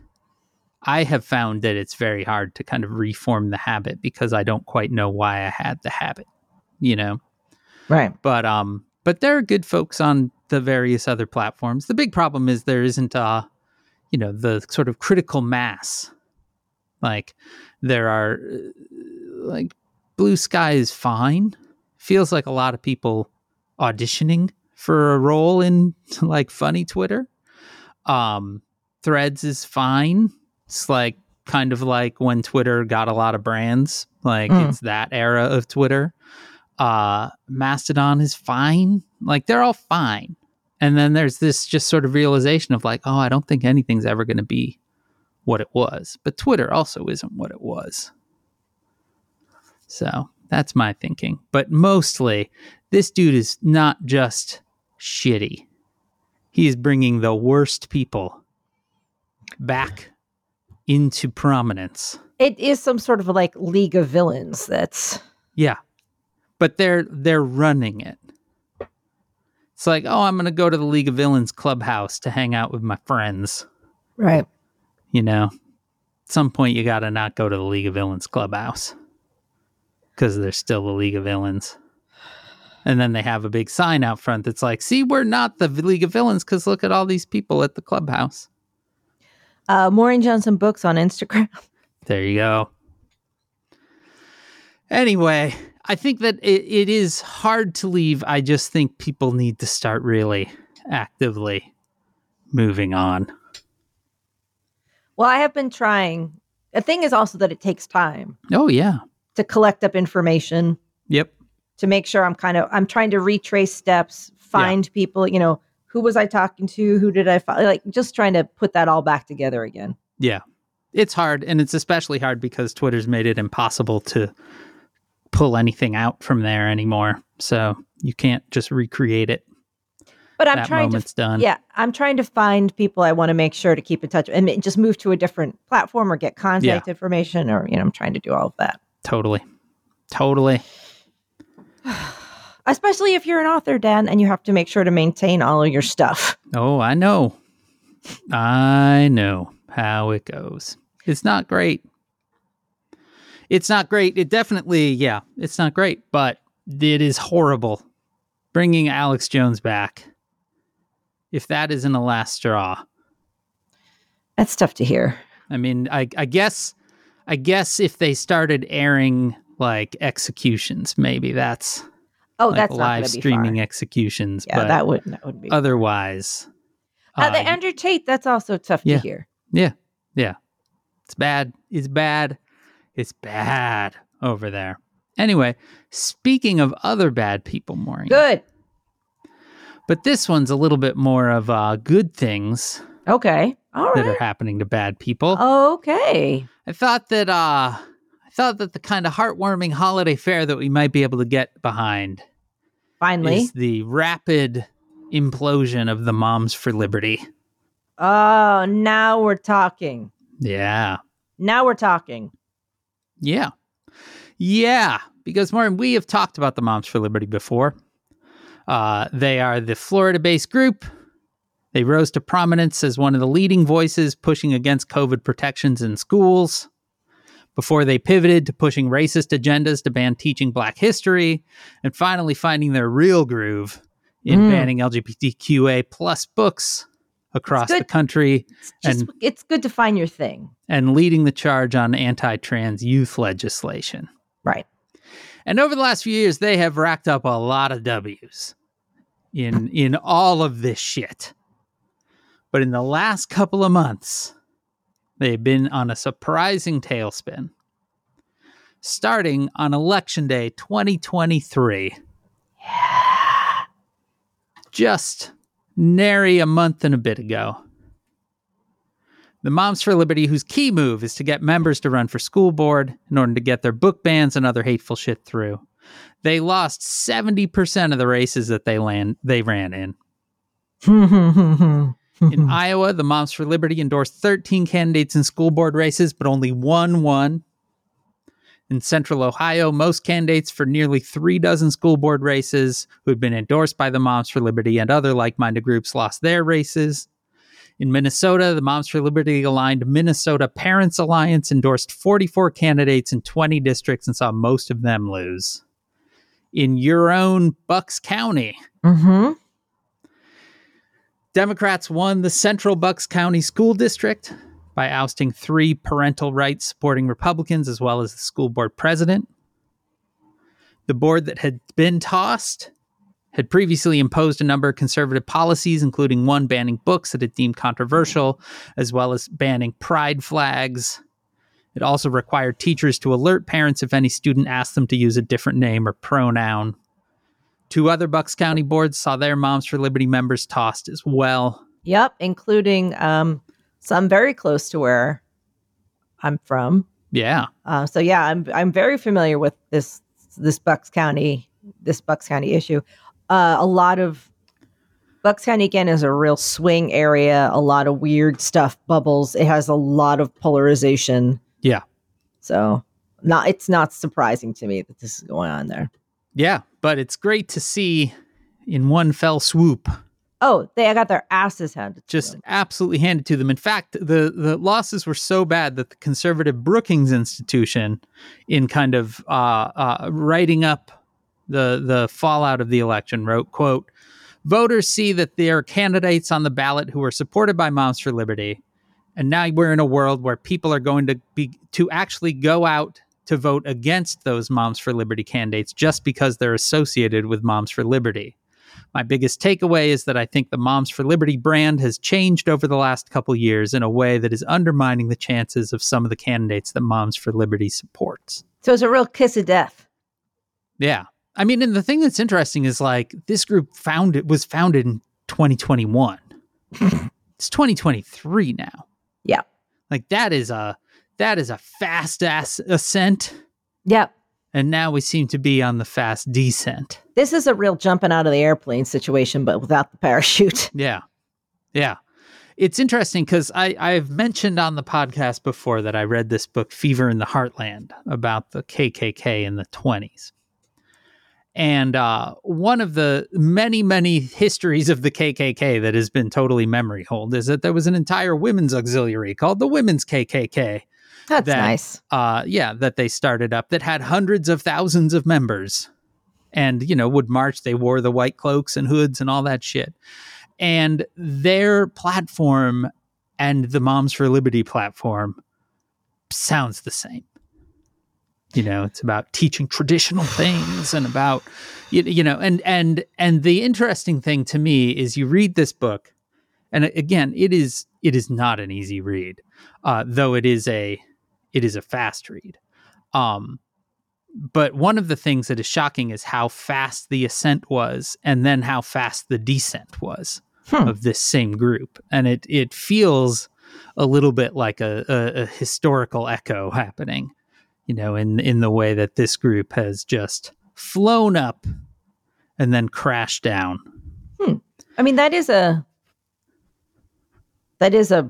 I have found that it's very hard to kind of reform the habit because I don't quite know why I had the habit, you know? Right. but um but there are good folks on the various other platforms the big problem is there isn't uh you know the sort of critical mass like there are uh, like blue sky is fine feels like a lot of people auditioning for a role in like funny twitter um threads is fine it's like kind of like when twitter got a lot of brands like Mm. it's that era of twitter uh mastodon is fine like they're all fine and then there's this just sort of realization of like oh i don't think anything's ever going to be what it was but twitter also isn't what it was so that's my thinking but mostly this dude is not just shitty he is bringing the worst people back into prominence It is some sort of like League of Villains. That's Yeah. But they're they're running it. It's like, oh, I'm gonna go to the League of Villains clubhouse to hang out with my friends. right. You know, at some point you gotta not go to the League of Villains clubhouse because there's still the League of Villains. And then they have a big sign out front that's like, "See, we're not the League of Villains because look at all these people at the clubhouse." Uh, Maureen Johnson books on Instagram. There you go. Anyway, I think that it, it is hard to leave. I just think people need to start really actively moving on. Well, I have been trying. The thing is also that it takes time Oh, yeah. to collect up information Yep. to make sure I'm kind of I'm trying to retrace steps, find people. You know, who was I talking to? Who did I follow? Like just trying to put that all back together again. Yeah. It's hard. And it's especially hard because Twitter's made it impossible to pull anything out from there anymore. So you can't just recreate it. But I'm that trying to moment's done. Yeah, I'm trying to find people I want to make sure to keep in touch and ma- just move to a different platform or get contact information or you know, I'm trying to do all of that. Totally. Totally. Especially if you're an author, Dan, and you have to make sure to maintain all of your stuff. Oh, I know. I know how it goes. It's not great. It's not great. It definitely, yeah, it's not great, but it is horrible. Bringing Alex Jones back, if that isn't a last straw, That's tough to hear. I mean, I, I guess, I guess if they started airing like executions, maybe that's Oh, like that's not live going to be streaming fun. executions. Yeah, but that would that would be. Uh, otherwise, the uh, Andrew Tate. That's also tough yeah. to hear. It's bad. It's bad. It's bad over there. Anyway, speaking of other bad people, Maureen. Good. But this one's a little bit more of uh, good things Okay. All that are right. Oh. happening to bad people. Okay. I thought that uh, I thought that the kind of heartwarming holiday fair that we might be able to get behind Finally. is the rapid implosion of the Moms for Liberty. Oh, now we're talking. Yeah. Now we're talking. Yeah. Yeah. Because, Martin, we have talked about the Moms for Liberty before. Uh, they are the Florida based group. They rose to prominence as one of the leading voices pushing against COVID protections in schools before they pivoted to pushing racist agendas to ban teaching Black history and finally finding their real groove in Mm. banning LGBTQA plus books across the good. country It's just And- it's good to find your thing. and leading the charge on anti trans youth legislation. Right. And over the last few years, they have racked up a lot of W's in in all of this shit. But in the last couple of months, they've been on a surprising tailspin. starting on election day 2023. Just nary a month and a bit ago. The Moms for Liberty, whose key move is to get members to run for school board in order to get their book bans and other hateful shit through. They lost 70% of the races that they land they ran in. In Iowa, the Moms for Liberty endorsed 13 candidates in school board races, but only one won. In central Ohio, most candidates for nearly three dozen school board races who had been endorsed by the Moms for Liberty and other like minded groups lost their races. In Minnesota, the Moms for Liberty aligned Minnesota Parents Alliance endorsed 44 candidates in 20 districts and saw most of them lose. In your own Bucks County, mm-hmm. Democrats won the Central Bucks County School District by ousting three parental rights supporting Republicans as well as the school board president. The board that had been tossed had previously imposed a number of conservative policies, including one banning books that it deemed controversial, as well as banning pride flags. It also required teachers to alert parents if any student asked them to use a different name or pronoun. Two other Bucks County boards saw their Moms for Liberty members tossed as well. Yep, including um, some very close to where I'm from. Yeah. Uh, so yeah, I'm I'm very familiar with this this Bucks County this Bucks County issue. Uh, a lot of Bucks County again is a real swing area. A lot of weird stuff bubbles. It has a lot of polarization. Yeah. So not it's not surprising to me that this is going on there. Yeah. But it's great to see in one fell swoop Oh, they got their asses handed. to just them. absolutely handed to them. In fact, the the losses were so bad that the conservative Brookings Institution, in kind of uh, uh, writing up the the fallout of the election, wrote quote Voters see that there are candidates on the ballot who are supported by Moms for Liberty, and now we're in a world where people are going to be to actually go out to vote against those Moms for Liberty candidates just because they're associated with Moms for Liberty. My biggest takeaway is that I think the Moms for Liberty brand has changed over the last couple years in a way that is undermining the chances of some of the candidates that Moms for Liberty supports. so it's a real kiss of death. Yeah. I mean, and the thing that's interesting is like this group founded was founded in 2021. it's 2023 now. Yeah. Like that is a that is a fast ass ascent Yep. and now we seem to be on the fast descent. This is a real jumping out of the airplane situation, but without the parachute. Yeah. Yeah. It's interesting because I've mentioned on the podcast before that I read this book, Fever in the Heartland, about the KKK in the 20s. And uh, one of the many, many histories of the KKK that has been totally memory hold is that there was an entire women's auxiliary called the Women's KKK. That's That- nice. Uh, yeah, that they started up that had hundreds of thousands of members and you know would march they wore the white cloaks and hoods and all that shit and their platform and the moms for liberty platform sounds the same you know it's about teaching traditional things and about you, you know and and and the interesting thing to me is you read this book and uh, again it is it is not an easy read uh, though it is a it is a fast read um but one of the things that is shocking is how fast the ascent was and then how fast the descent was Hmm. of this same group and it it feels a little bit like a, a, a historical echo happening you know in in the way that this group has just flown up and then crashed down I mean, that is a that is a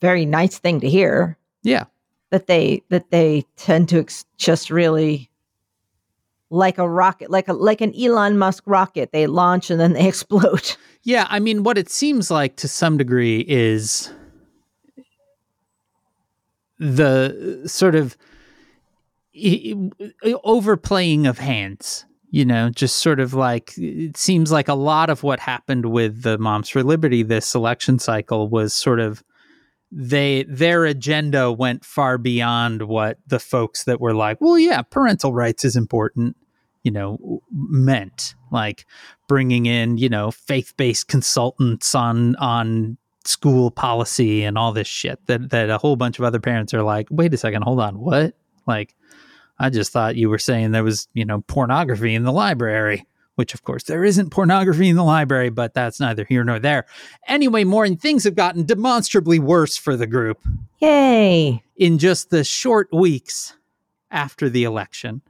very nice thing to hear. yeah that they that they tend to ex- just really like a rocket like a like an Elon Musk rocket they launch and then they explode. Yeah, I mean, what it seems like to some degree is the uh, sort of i- i- overplaying of hands, you know, just sort of like it seems like a lot of what happened with the Moms for Liberty this election cycle was sort of they their agenda went far beyond what the folks that were like, well, yeah, parental rights is important, you know, meant like bringing in you know faith-based consultants on on school policy and all this shit that that a whole bunch of other parents are like wait a second hold on what like I just thought you were saying there was, you know, pornography in the library, which of course there isn't pornography in the library, but that's neither here nor there. Anyway, Maureen, things have gotten demonstrably worse for the group Yay. in just the short weeks after the election.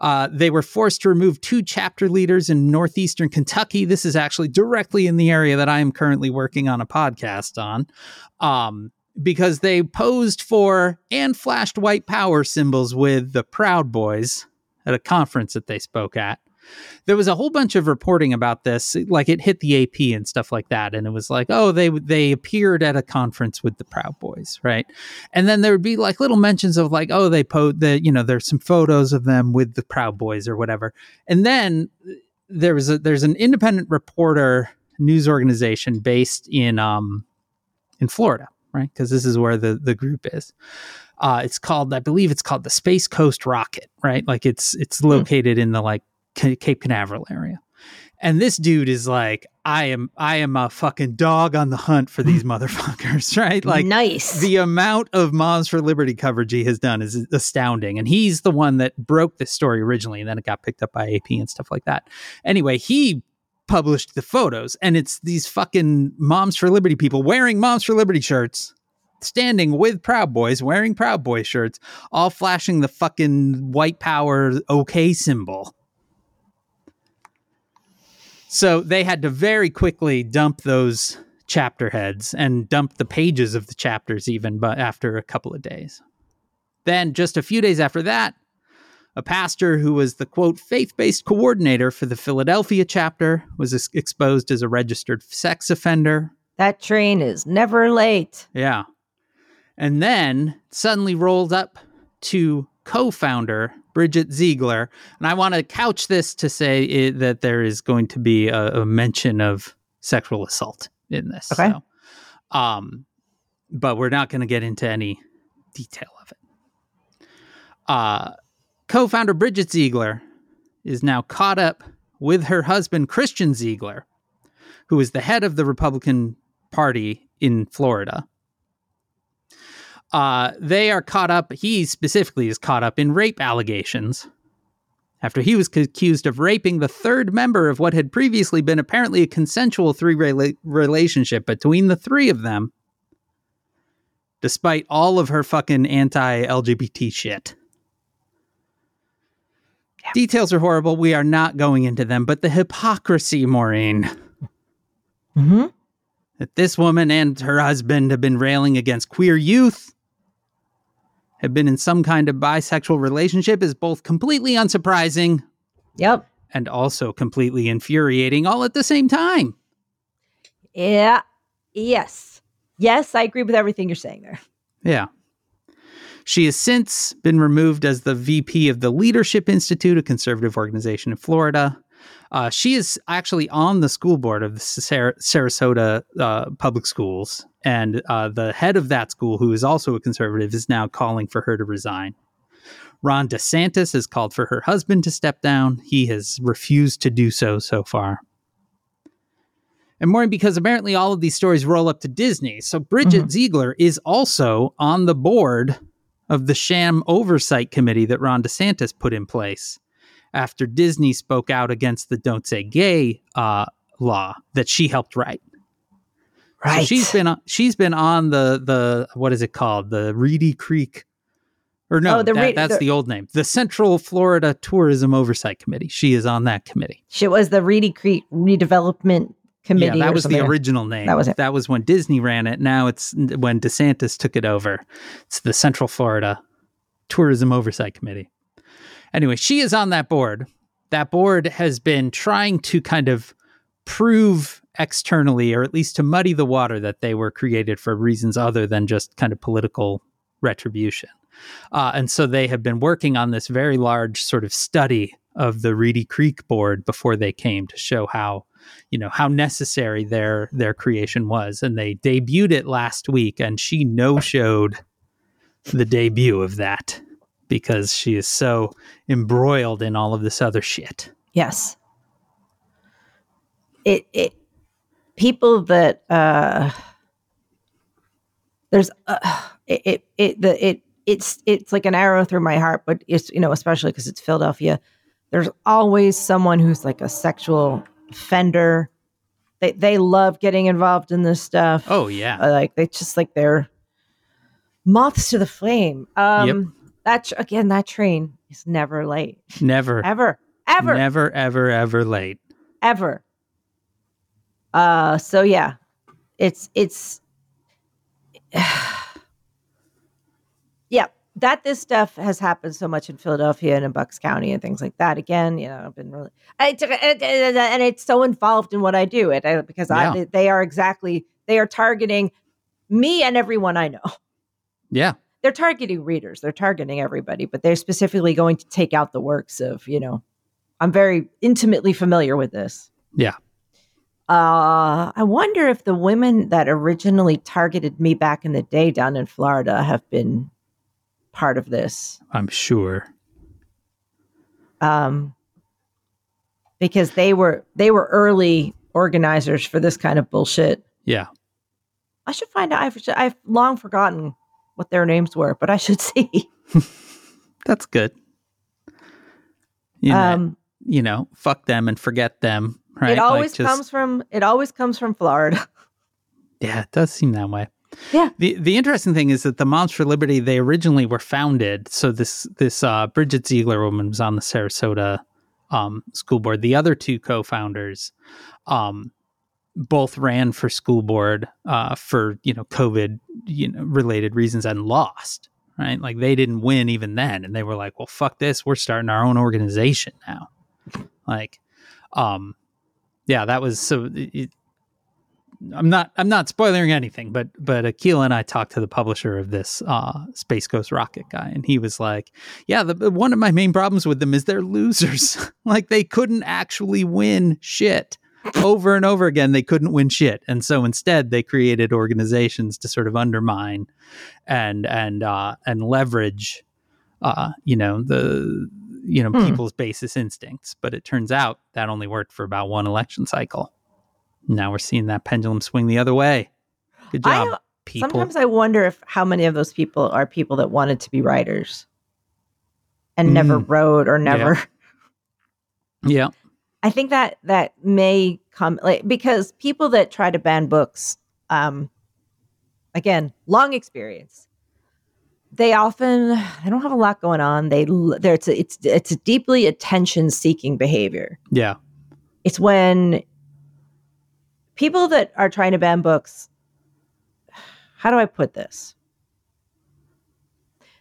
Uh, they were forced to remove two chapter leaders in northeastern Kentucky. This is actually directly in the area that I am currently working on a podcast on, um, because they posed for and flashed white power symbols with the Proud Boys at a conference that they spoke at. There was a whole bunch of reporting about this, like it hit the AP and stuff like that, and it was like, oh, they they appeared at a conference with the Proud Boys, right? and then there would be like little mentions of like oh they po the you know there's some photos of them with the proud boys or whatever and then uh, there was a there's an independent reporter news organization based in um in florida right because this is where the the group is uh it's called i believe it's called the space coast rocket right like it's it's located in the like C- cape canaveral area and this dude is like i am i am a fucking dog on the hunt for these motherfuckers right like nice. the amount of Moms for Liberty coverage he has done is astounding. And he's the one that broke this story originally, and then it got picked up by AP and stuff like that. Anyway, he published the photos, and it's these fucking Moms for Liberty people wearing Moms for Liberty shirts, standing with Proud Boys, wearing Proud Boy shirts, all flashing the fucking white power okay symbol. So they had to very quickly dump those chapter heads and dump the pages of the chapters even but after a couple of days. Then just a few days after that, a pastor who was the quote faith-based coordinator for the Philadelphia chapter was ex- exposed as a registered sex offender that train is never late. yeah. And then suddenly rolled up to co founder Bridget Ziegler. And I want to couch this to say i that there is going to be a, a mention of sexual assault in this. Okay. So, um, but we're not going to get into any detail of it. Uh, co founder Bridget Ziegler is now caught up with her husband, Christian Ziegler, who is the head of the Republican Party in Florida. Uh, they are caught up, he specifically is caught up in rape allegations after he was c- accused of raping the third member of what had previously been apparently a consensual three rela- relationship between the three of them, despite all of her fucking anti LGBT shit. Details are horrible. We are not going into them, but the hypocrisy, Maureen Mm-hmm. that this woman and her husband have been railing against queer youth, have been in some kind of bisexual relationship is both completely unsurprising Yep. and also completely infuriating all at the same time. Yeah. Yes. Yes, I agree with everything you're saying there. Yeah. She has since been removed as the VP of the Leadership Institute, a conservative organization in Florida. Uh, she is actually on the school board of the Sar- Sarasota uh, Public Schools. And uh, the head of that school, who is also a conservative, is now calling for her to resign. Ron DeSantis has called for her husband to step down. He has refused to do so so far. And more because apparently all of these stories roll up to Disney. So Bridget Mm-hmm. Ziegler is also on the board of the sham oversight committee that Ron DeSantis put in place after Disney spoke out against the Don't Say Gay uh, law that she helped write. So she's been on, she's been on the the what is it called the Reedy Creek, or no, Oh, the that- Reed- that's the- the old name, the Central Florida Tourism Oversight Committee. She is on that committee. she was the Reedy Creek Redevelopment Committee. Yeah, or that was the something. original name. That was it. That was when Disney ran it. Now it's n- when DeSantis took it over. It's the Central Florida Tourism Oversight Committee. Anyway, she is on that board. That board has been trying to kind of prove externally, or at least to muddy the water, that they were created for reasons other than just kind of political retribution. Uh, and so they have been working on this very large sort of study of the Reedy Creek board before they came to show how you know how necessary their their creation was and they debuted it last week and she no showed the debut of that because she is so embroiled in all of this other shit Yes. It it people that uh there's uh, it, it it the it it's it's like an arrow through my heart, but it's you know especially because it's Philadelphia. There's always someone who's like a sexual offender. They they love getting involved in this stuff. Oh yeah. Uh, Like they just like they're moths to the flame. Um, that tr- again, that train is never late, Never. ever, ever, Never ever ever late. ever. Uh, so yeah, it's it's yeah that this stuff has happened so much in Philadelphia and in Bucks County and things like that. Again, you know, I've been really I took- and and it's so involved in what I do it I- because I Yeah. they are exactly they are targeting me and everyone I know. Yeah. They're targeting readers. They're targeting everybody, but they're specifically going to take out the works of you know. I'm very intimately familiar with this. Yeah. Uh, I wonder if the women that originally targeted me back in the day down in Florida have been part of this. I'm sure. Um, because they were they were early organizers for this kind of bullshit. Yeah. I should find out. I've, I've long forgotten what their names were, but I should see. That's good. You know, um, you know, fuck them and forget them, right? It always like just, comes from it always comes from Florida. Yeah, it does seem that way. Yeah. The the interesting thing is that the Moms for Liberty they originally were founded. So this this uh, Bridget Ziegler woman was on the Sarasota um, school board. The other two co-founders um, both ran for school board uh, for you know COVID you know related reasons and lost. Right, like they didn't win even then, and they were like, "Well, fuck this, we're starting our own organization now." Like, um, yeah, that was so. It, I'm not I'm not spoiling anything, but but Akil and I talked to the publisher of this uh, Space Ghost Rocket guy, and he was like, "Yeah, the, one of my main problems with them is they're losers. like they couldn't actually win shit." Over and over again, they couldn't win shit, and so instead they created organizations to sort of undermine and and uh, and leverage, uh, you know the you know Hmm. people's basis instincts. But it turns out that only worked for about one election cycle. Now we're seeing that pendulum swing the other way. Good I- job, people. Sometimes I wonder if how many of those people are people that wanted to be writers and never Mm. wrote or never. yeah, I think that that may come like, because people that try to ban books, um, again, long experience. They often they don't have a lot going on. They l- they're it's a, it's it's a deeply attention seeking behavior. yeah, It's when people that are trying to ban books, how do I put this?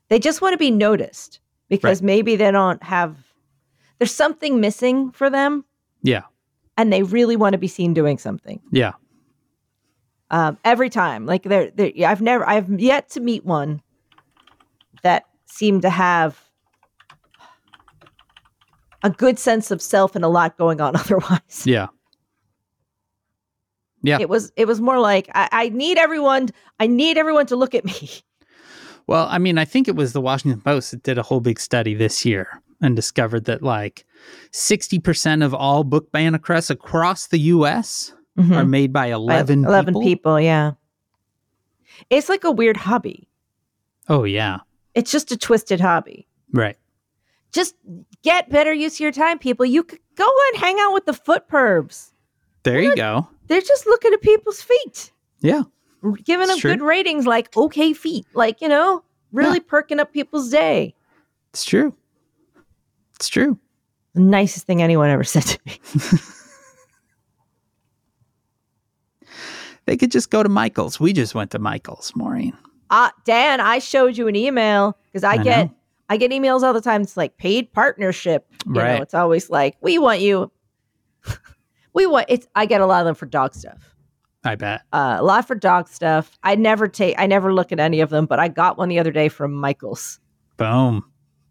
They just want to be noticed because maybe they don't have, there's something missing for them yeah, and they really want to be seen doing something yeah. um, every time. Like they're, they're, yeah, I've never, I've yet to meet one that seemed to have a good sense of self and a lot going on otherwise. Yeah. Yeah. It was, it was more like I, I need everyone, I need everyone to look at me. Well, I mean, I think it was the Washington Post that did a whole big study this year and discovered that like 60% of all book ban requests across the US are made by 11, Hmm. By Eleven people. people, yeah. It's like a weird hobby. Oh, yeah. It's just a twisted hobby. Right. Just get better use of your time, people. You could go and hang out with the foot perbs. There you go. they're just looking at people's feet. Yeah. R- Giving them It's true. good ratings like okay feet, like, you know, really perking up people's day. It's true. It's true. The nicest thing anyone ever said to me. They could just go to Michael's. We just went to Michael's, Maureen. Uh, Dan, I showed you an email because I, I get know. I get emails all the time. It's like paid partnership. You Right. know, it's always like, we want you. we want it's I get a lot of them for dog stuff. I bet. Uh, a lot for dog stuff. I never take I never look at any of them, but I got one the other day from Michaels. Boom.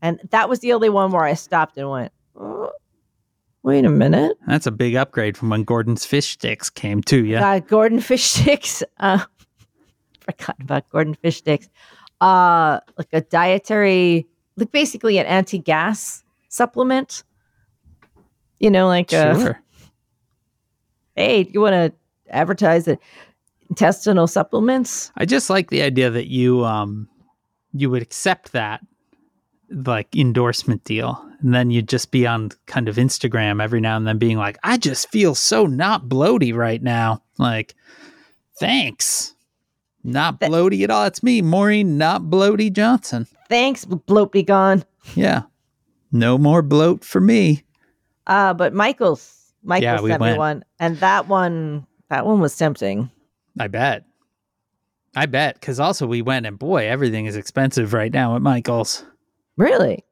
And that was the only one where I stopped and went, "Oh, wait a minute. That's a big upgrade from when Gordon's fish sticks came too. Yeah. Uh, Gordon Fish Sticks. Uh, forgot about Gordon Fish Sticks. Uh, like a dietary, like basically an anti gas supplement. You know, like, uh, Sure. hey, you want to advertise it? Intestinal supplements? I just like the idea that you um you would accept that like endorsement deal and then you'd just be on kind of Instagram every now and then being like I just feel so not bloaty right now like thanks not Th- bloaty at all it's me Maureen not bloaty Johnson Thanks, bloat be gone. yeah no more bloat for me Uh, but Michael's Michael Yeah, we sent me went. one, and that one that one was tempting. I bet I bet cuz also we went and boy everything is expensive right now at Michael's Really?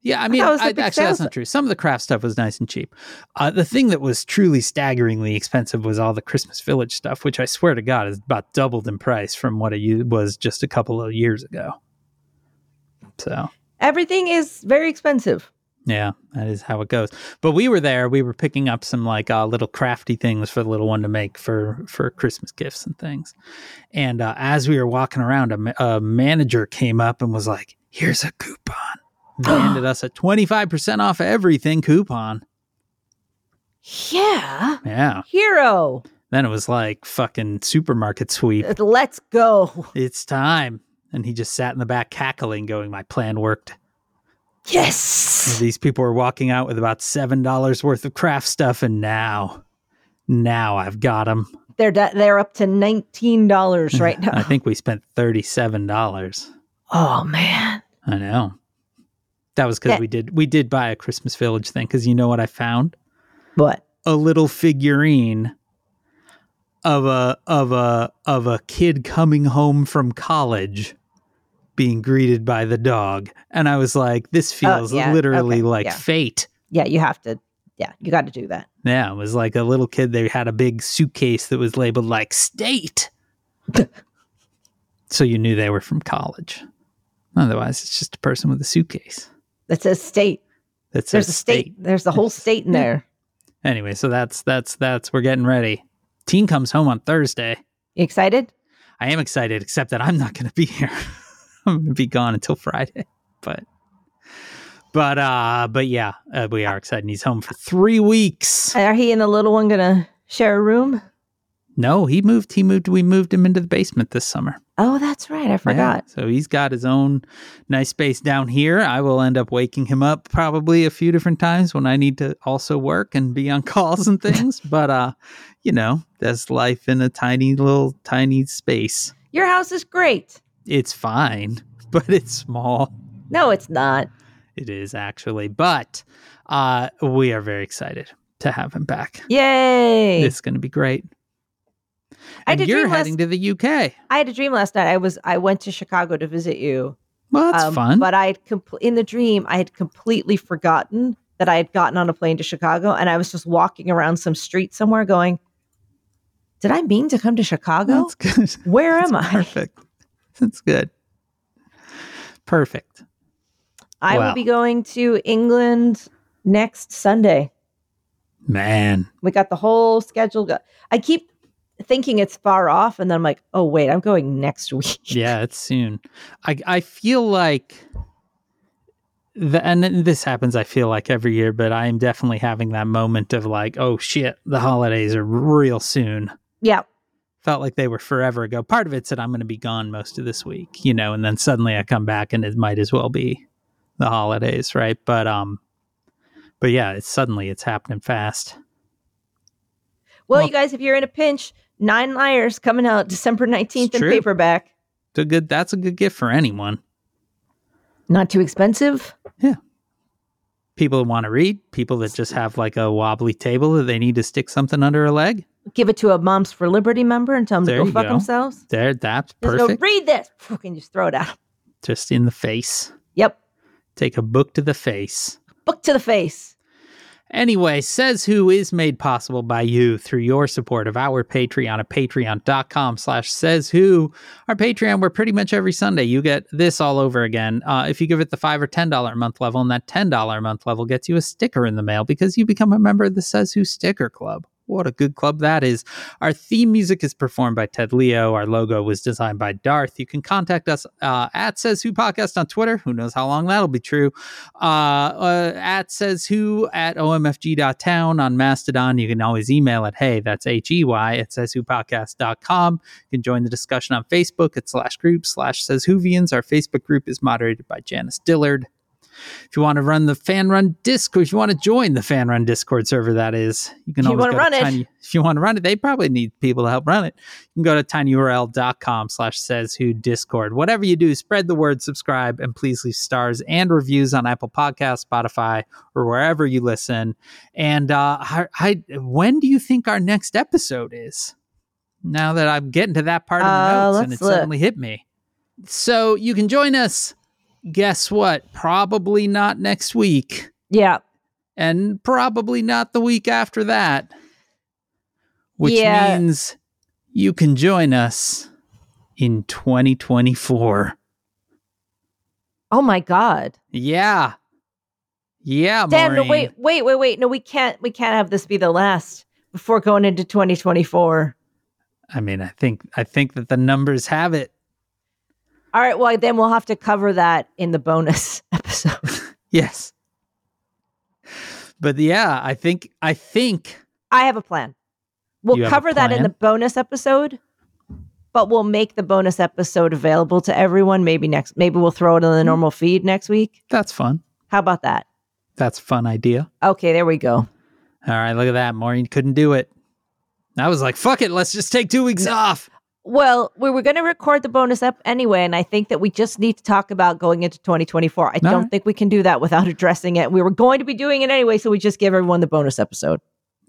Yeah, I mean, thought it was the I, big actually, that's sales- not true. Some of the craft stuff was nice and cheap. Uh, the thing that was truly staggeringly expensive was all the Christmas Village stuff, which I swear to God is about doubled in price from what it u- was just a couple of years ago. So, Everything is very expensive. yeah, that is how it goes. But we were there. We were picking up some like uh, little crafty things for the little one to make for for Christmas gifts and things. And uh, as we were walking around, a, ma- a manager came up and was like, "Here's a coupon." And They handed us a twenty five percent off everything coupon. Yeah. Yeah. Hero. Then it was like fucking supermarket sweep. Let's go. It's time. And he just sat in the back cackling, going, My plan worked. Yes. These people are walking out with about $7 worth of craft stuff. And now, now I've got them. They're da- they're up to nineteen dollars right I now. think we spent $37. oh man. I know. That was because Yeah. we did we did buy a Christmas Village thing. Because you know what I found? What? a little figurine of a of a of a kid coming home from college being greeted by the dog and i was like this feels Oh, yeah, literally okay, like yeah. fate Yeah, you have to. Yeah, you got to do that. yeah it was like a little kid they had a big suitcase that was labeled like state so you knew they were from college otherwise it's just a person with a suitcase That says state. that says There's a state. There's the whole state in there. anyway so that's that's that's we're getting ready teen comes home on thursday You excited? I am excited, except that I'm not going to be here. I'm going to be gone until Friday. But, but, uh, but yeah, uh, we are excited. And He's home for three weeks. Are he and the little one gonna share a room? No, he moved. He moved. We moved him into the basement this summer. Oh, that's right. I Yeah, forgot. So he's got his own nice space down here. I will end up waking him up probably a few different times when I need to also work and be on calls and things. but, uh, you know, that's life in a tiny little tiny space. Your house is great. It's fine, but it's small. No, it's not. It is actually, but uh, we are very excited to have him back. Yay! It's going to be great. I And did you're dream last- heading to the UK. I had a dream last night. I was I went to Chicago to visit you. Well, that's Um, fun. But I had compl- in the dream I had completely forgotten that I had gotten on a plane to Chicago, and I was just walking around some street somewhere, going, "Did I mean to come to Chicago? that's good. Where That's am I? Perfect. That's good. Perfect. I Wow. will be going to England next Sunday. Man, We got the whole schedule. Go- I keep thinking it's far off, and then I'm like, "Oh wait, I'm going next week." yeah, it's soon. I I feel like the and this happens I feel like every year, but I am definitely having that moment of like, oh shit, the holidays are real soon. yeah, felt like they were forever ago. Part of it said I'm going to be gone most of this week, you know, and then suddenly I come back and it might as well be the holidays, right? But um but yeah, it's suddenly it's happening fast. Well, Well- you guys, if you're in a pinch, Nine Liars coming out December 19th in true. paperback. It's a good that's a good gift for anyone. Not too expensive. People that want to read, people that just have like a wobbly table that they need to stick something under a leg. Give it to a Moms for Liberty member and tell them There to go you fuck go. themselves. There, that's Just perfect. go read this. Fucking just throw it out. just in the face. Yep. Take a book to the face. Book to the face. Anyway, Says Who is made possible by you through your support of our Patreon at patreon.com slash says who. Our Patreon, we're pretty much every Sunday. You get this all over again. Uh, if you give it the five or ten dollar a month level, and that ten dollar a month level gets you a sticker in the mail because you become a member of the Says Who sticker club. What a good club that is. Our theme music is performed by Ted Leo. Our logo was designed by Darth. You can contact us uh, at Says Who Podcast on Twitter. Who knows how long that'll be true. Uh, uh, at Says Who at omfg.town on Mastodon. You can always email at hey, that's H E Y at says who podcast.com. You can join the discussion on Facebook at slash group slash says Whovians. Our Facebook group is moderated by Janice Dillard. If you want to run the fan run Discord, if you want to join the fan run Discord server, that is, you can If you always wanna go to run it. Tiny, if you want to run it, they probably need people to help run it. You can go to tinyurl.com slash says who discord. Whatever you do, spread the word, subscribe, and please leave stars and reviews on Apple Podcasts, Spotify, or wherever you listen. And uh, I, I, when do you think our next episode is? Now that I'm getting to that part of the Uh, notes and it let's look. suddenly hit me. So you can join us. Guess what? Probably not next week, Yeah. and probably not the week after that, which Yeah. means you can join us in 2024. Oh my God. Yeah. Yeah, Damn, no, Maureen. wait, wait, wait, wait. No, we can't we can't have this be the last before going into 2024. I mean, I think I think that the numbers have it. All right, well then we'll have to cover that in the bonus episode. Yes. But yeah, I think I think I have a plan. We'll You have a cover that in the plan? bonus episode, but we'll make the bonus episode available to everyone maybe next maybe we'll throw it Hmm. in the normal feed next week. that's fun. How about that? That's a fun idea. Okay, there we go. All right, look at that. Maureen couldn't do it. I was like, fuck it, let's just take two weeks off. Well, we were going to record the bonus up anyway, and I think that we just need to talk about going into 2024. I don't right. think we can do that without addressing it. We were going to be doing it anyway, so we just give everyone the bonus episode.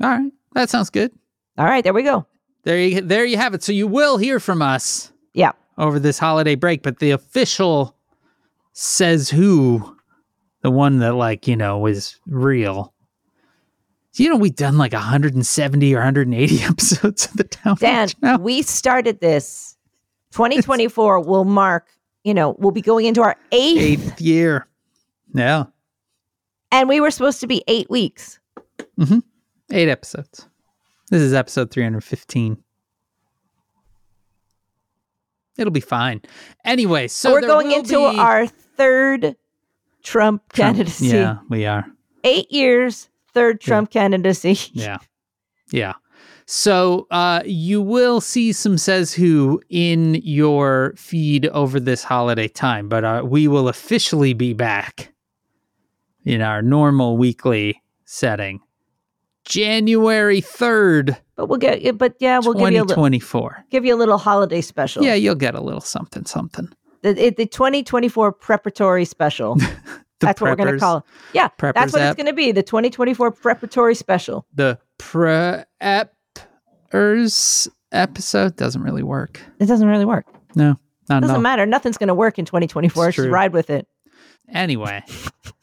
All right. That sounds good. All right, there we go. There you there you have it. So you will hear from us Yeah. over this holiday break, but the official says who, the one that like, you know, is real. You know, we've done like 170 or 180 episodes of the town. Dan, Watch now. we started this. 2024 will mark, you know, we'll be going into our eighth, eighth year. Yeah. and we were supposed to be eight weeks. Eight episodes. This is episode 315. It'll be fine. Anyway, so we're there going will into be- our third Trump Trump- candidacy. Yeah, we are. Eight years, third Trump candidacy. Yeah. Yeah. So uh, you will see some says who in your feed over this holiday time, but uh, we will officially be back in our normal weekly setting January 3rd, But we'll get, but yeah, we'll give you a little. 2024. give you a little holiday special. Yeah, you'll get a little something, something. The, it- the 2024 preparatory special. The that's what we're going to preppers, call it. Yeah. Preppers that's what app, it's going to be. The 2024 preparatory special. the preppers episode doesn't really work. It doesn't really work. Not doesn't enough. matter. Nothing's going to work in 2024. It's Just true. ride with it. Anyway,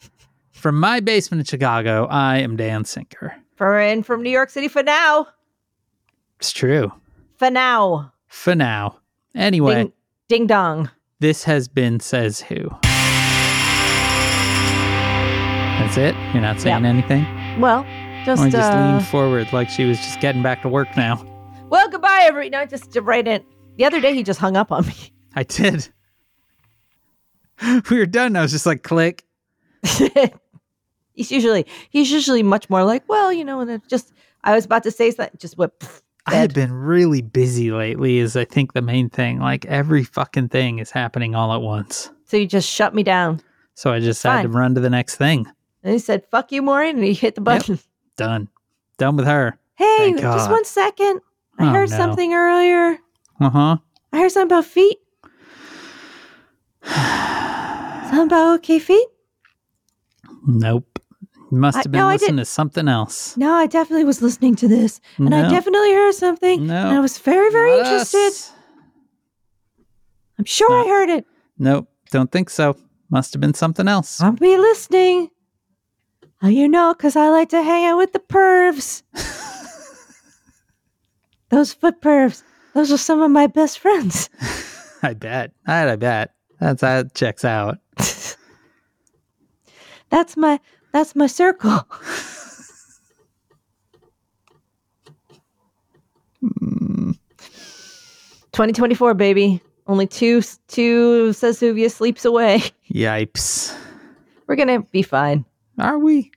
from my basement in Chicago, I am Dan Sinker. For and from New York City for now. It's true For now. for now. Anyway, Ding, ding dong. this has been Says Who. That's it? You're not saying anything? Well, just, I just uh, leaned forward like she was just getting back to work now. well, goodbye every night. Just to write in. The other day he just hung up on me. I did. we were done. I was just like, click. he's usually he's usually much more like, well, you know, and it just I was about to say something. Just what? pfft, I have said. been really busy lately, is I think the main thing. Like every fucking thing is happening all at once. So you just shut me down. So I just had to Fine. run to the next thing. And he said, fuck you, Maureen. And he hit the button. Done. Done with her. Hey, Thank just God. one second. I Oh, heard no. something earlier. Uh huh. I heard something about feet. something about okay feet? Nope. Must I- have been no, I listening to something else. No, I definitely was listening to this. And I No. definitely heard something. No. And I was very, very Not us. interested. I'm sure I Not- heard it. Nope. Don't think so. Must have been something else. I'll be listening. Oh, you know, because I like to hang out with the pervs. Those foot pervs. Those are some of my best friends. I bet. I, I bet. That's that checks out. That's my that's my circle. 2024, baby. Only two two Sesuvia sleeps away. Yipes. We're gonna be fine. Are we?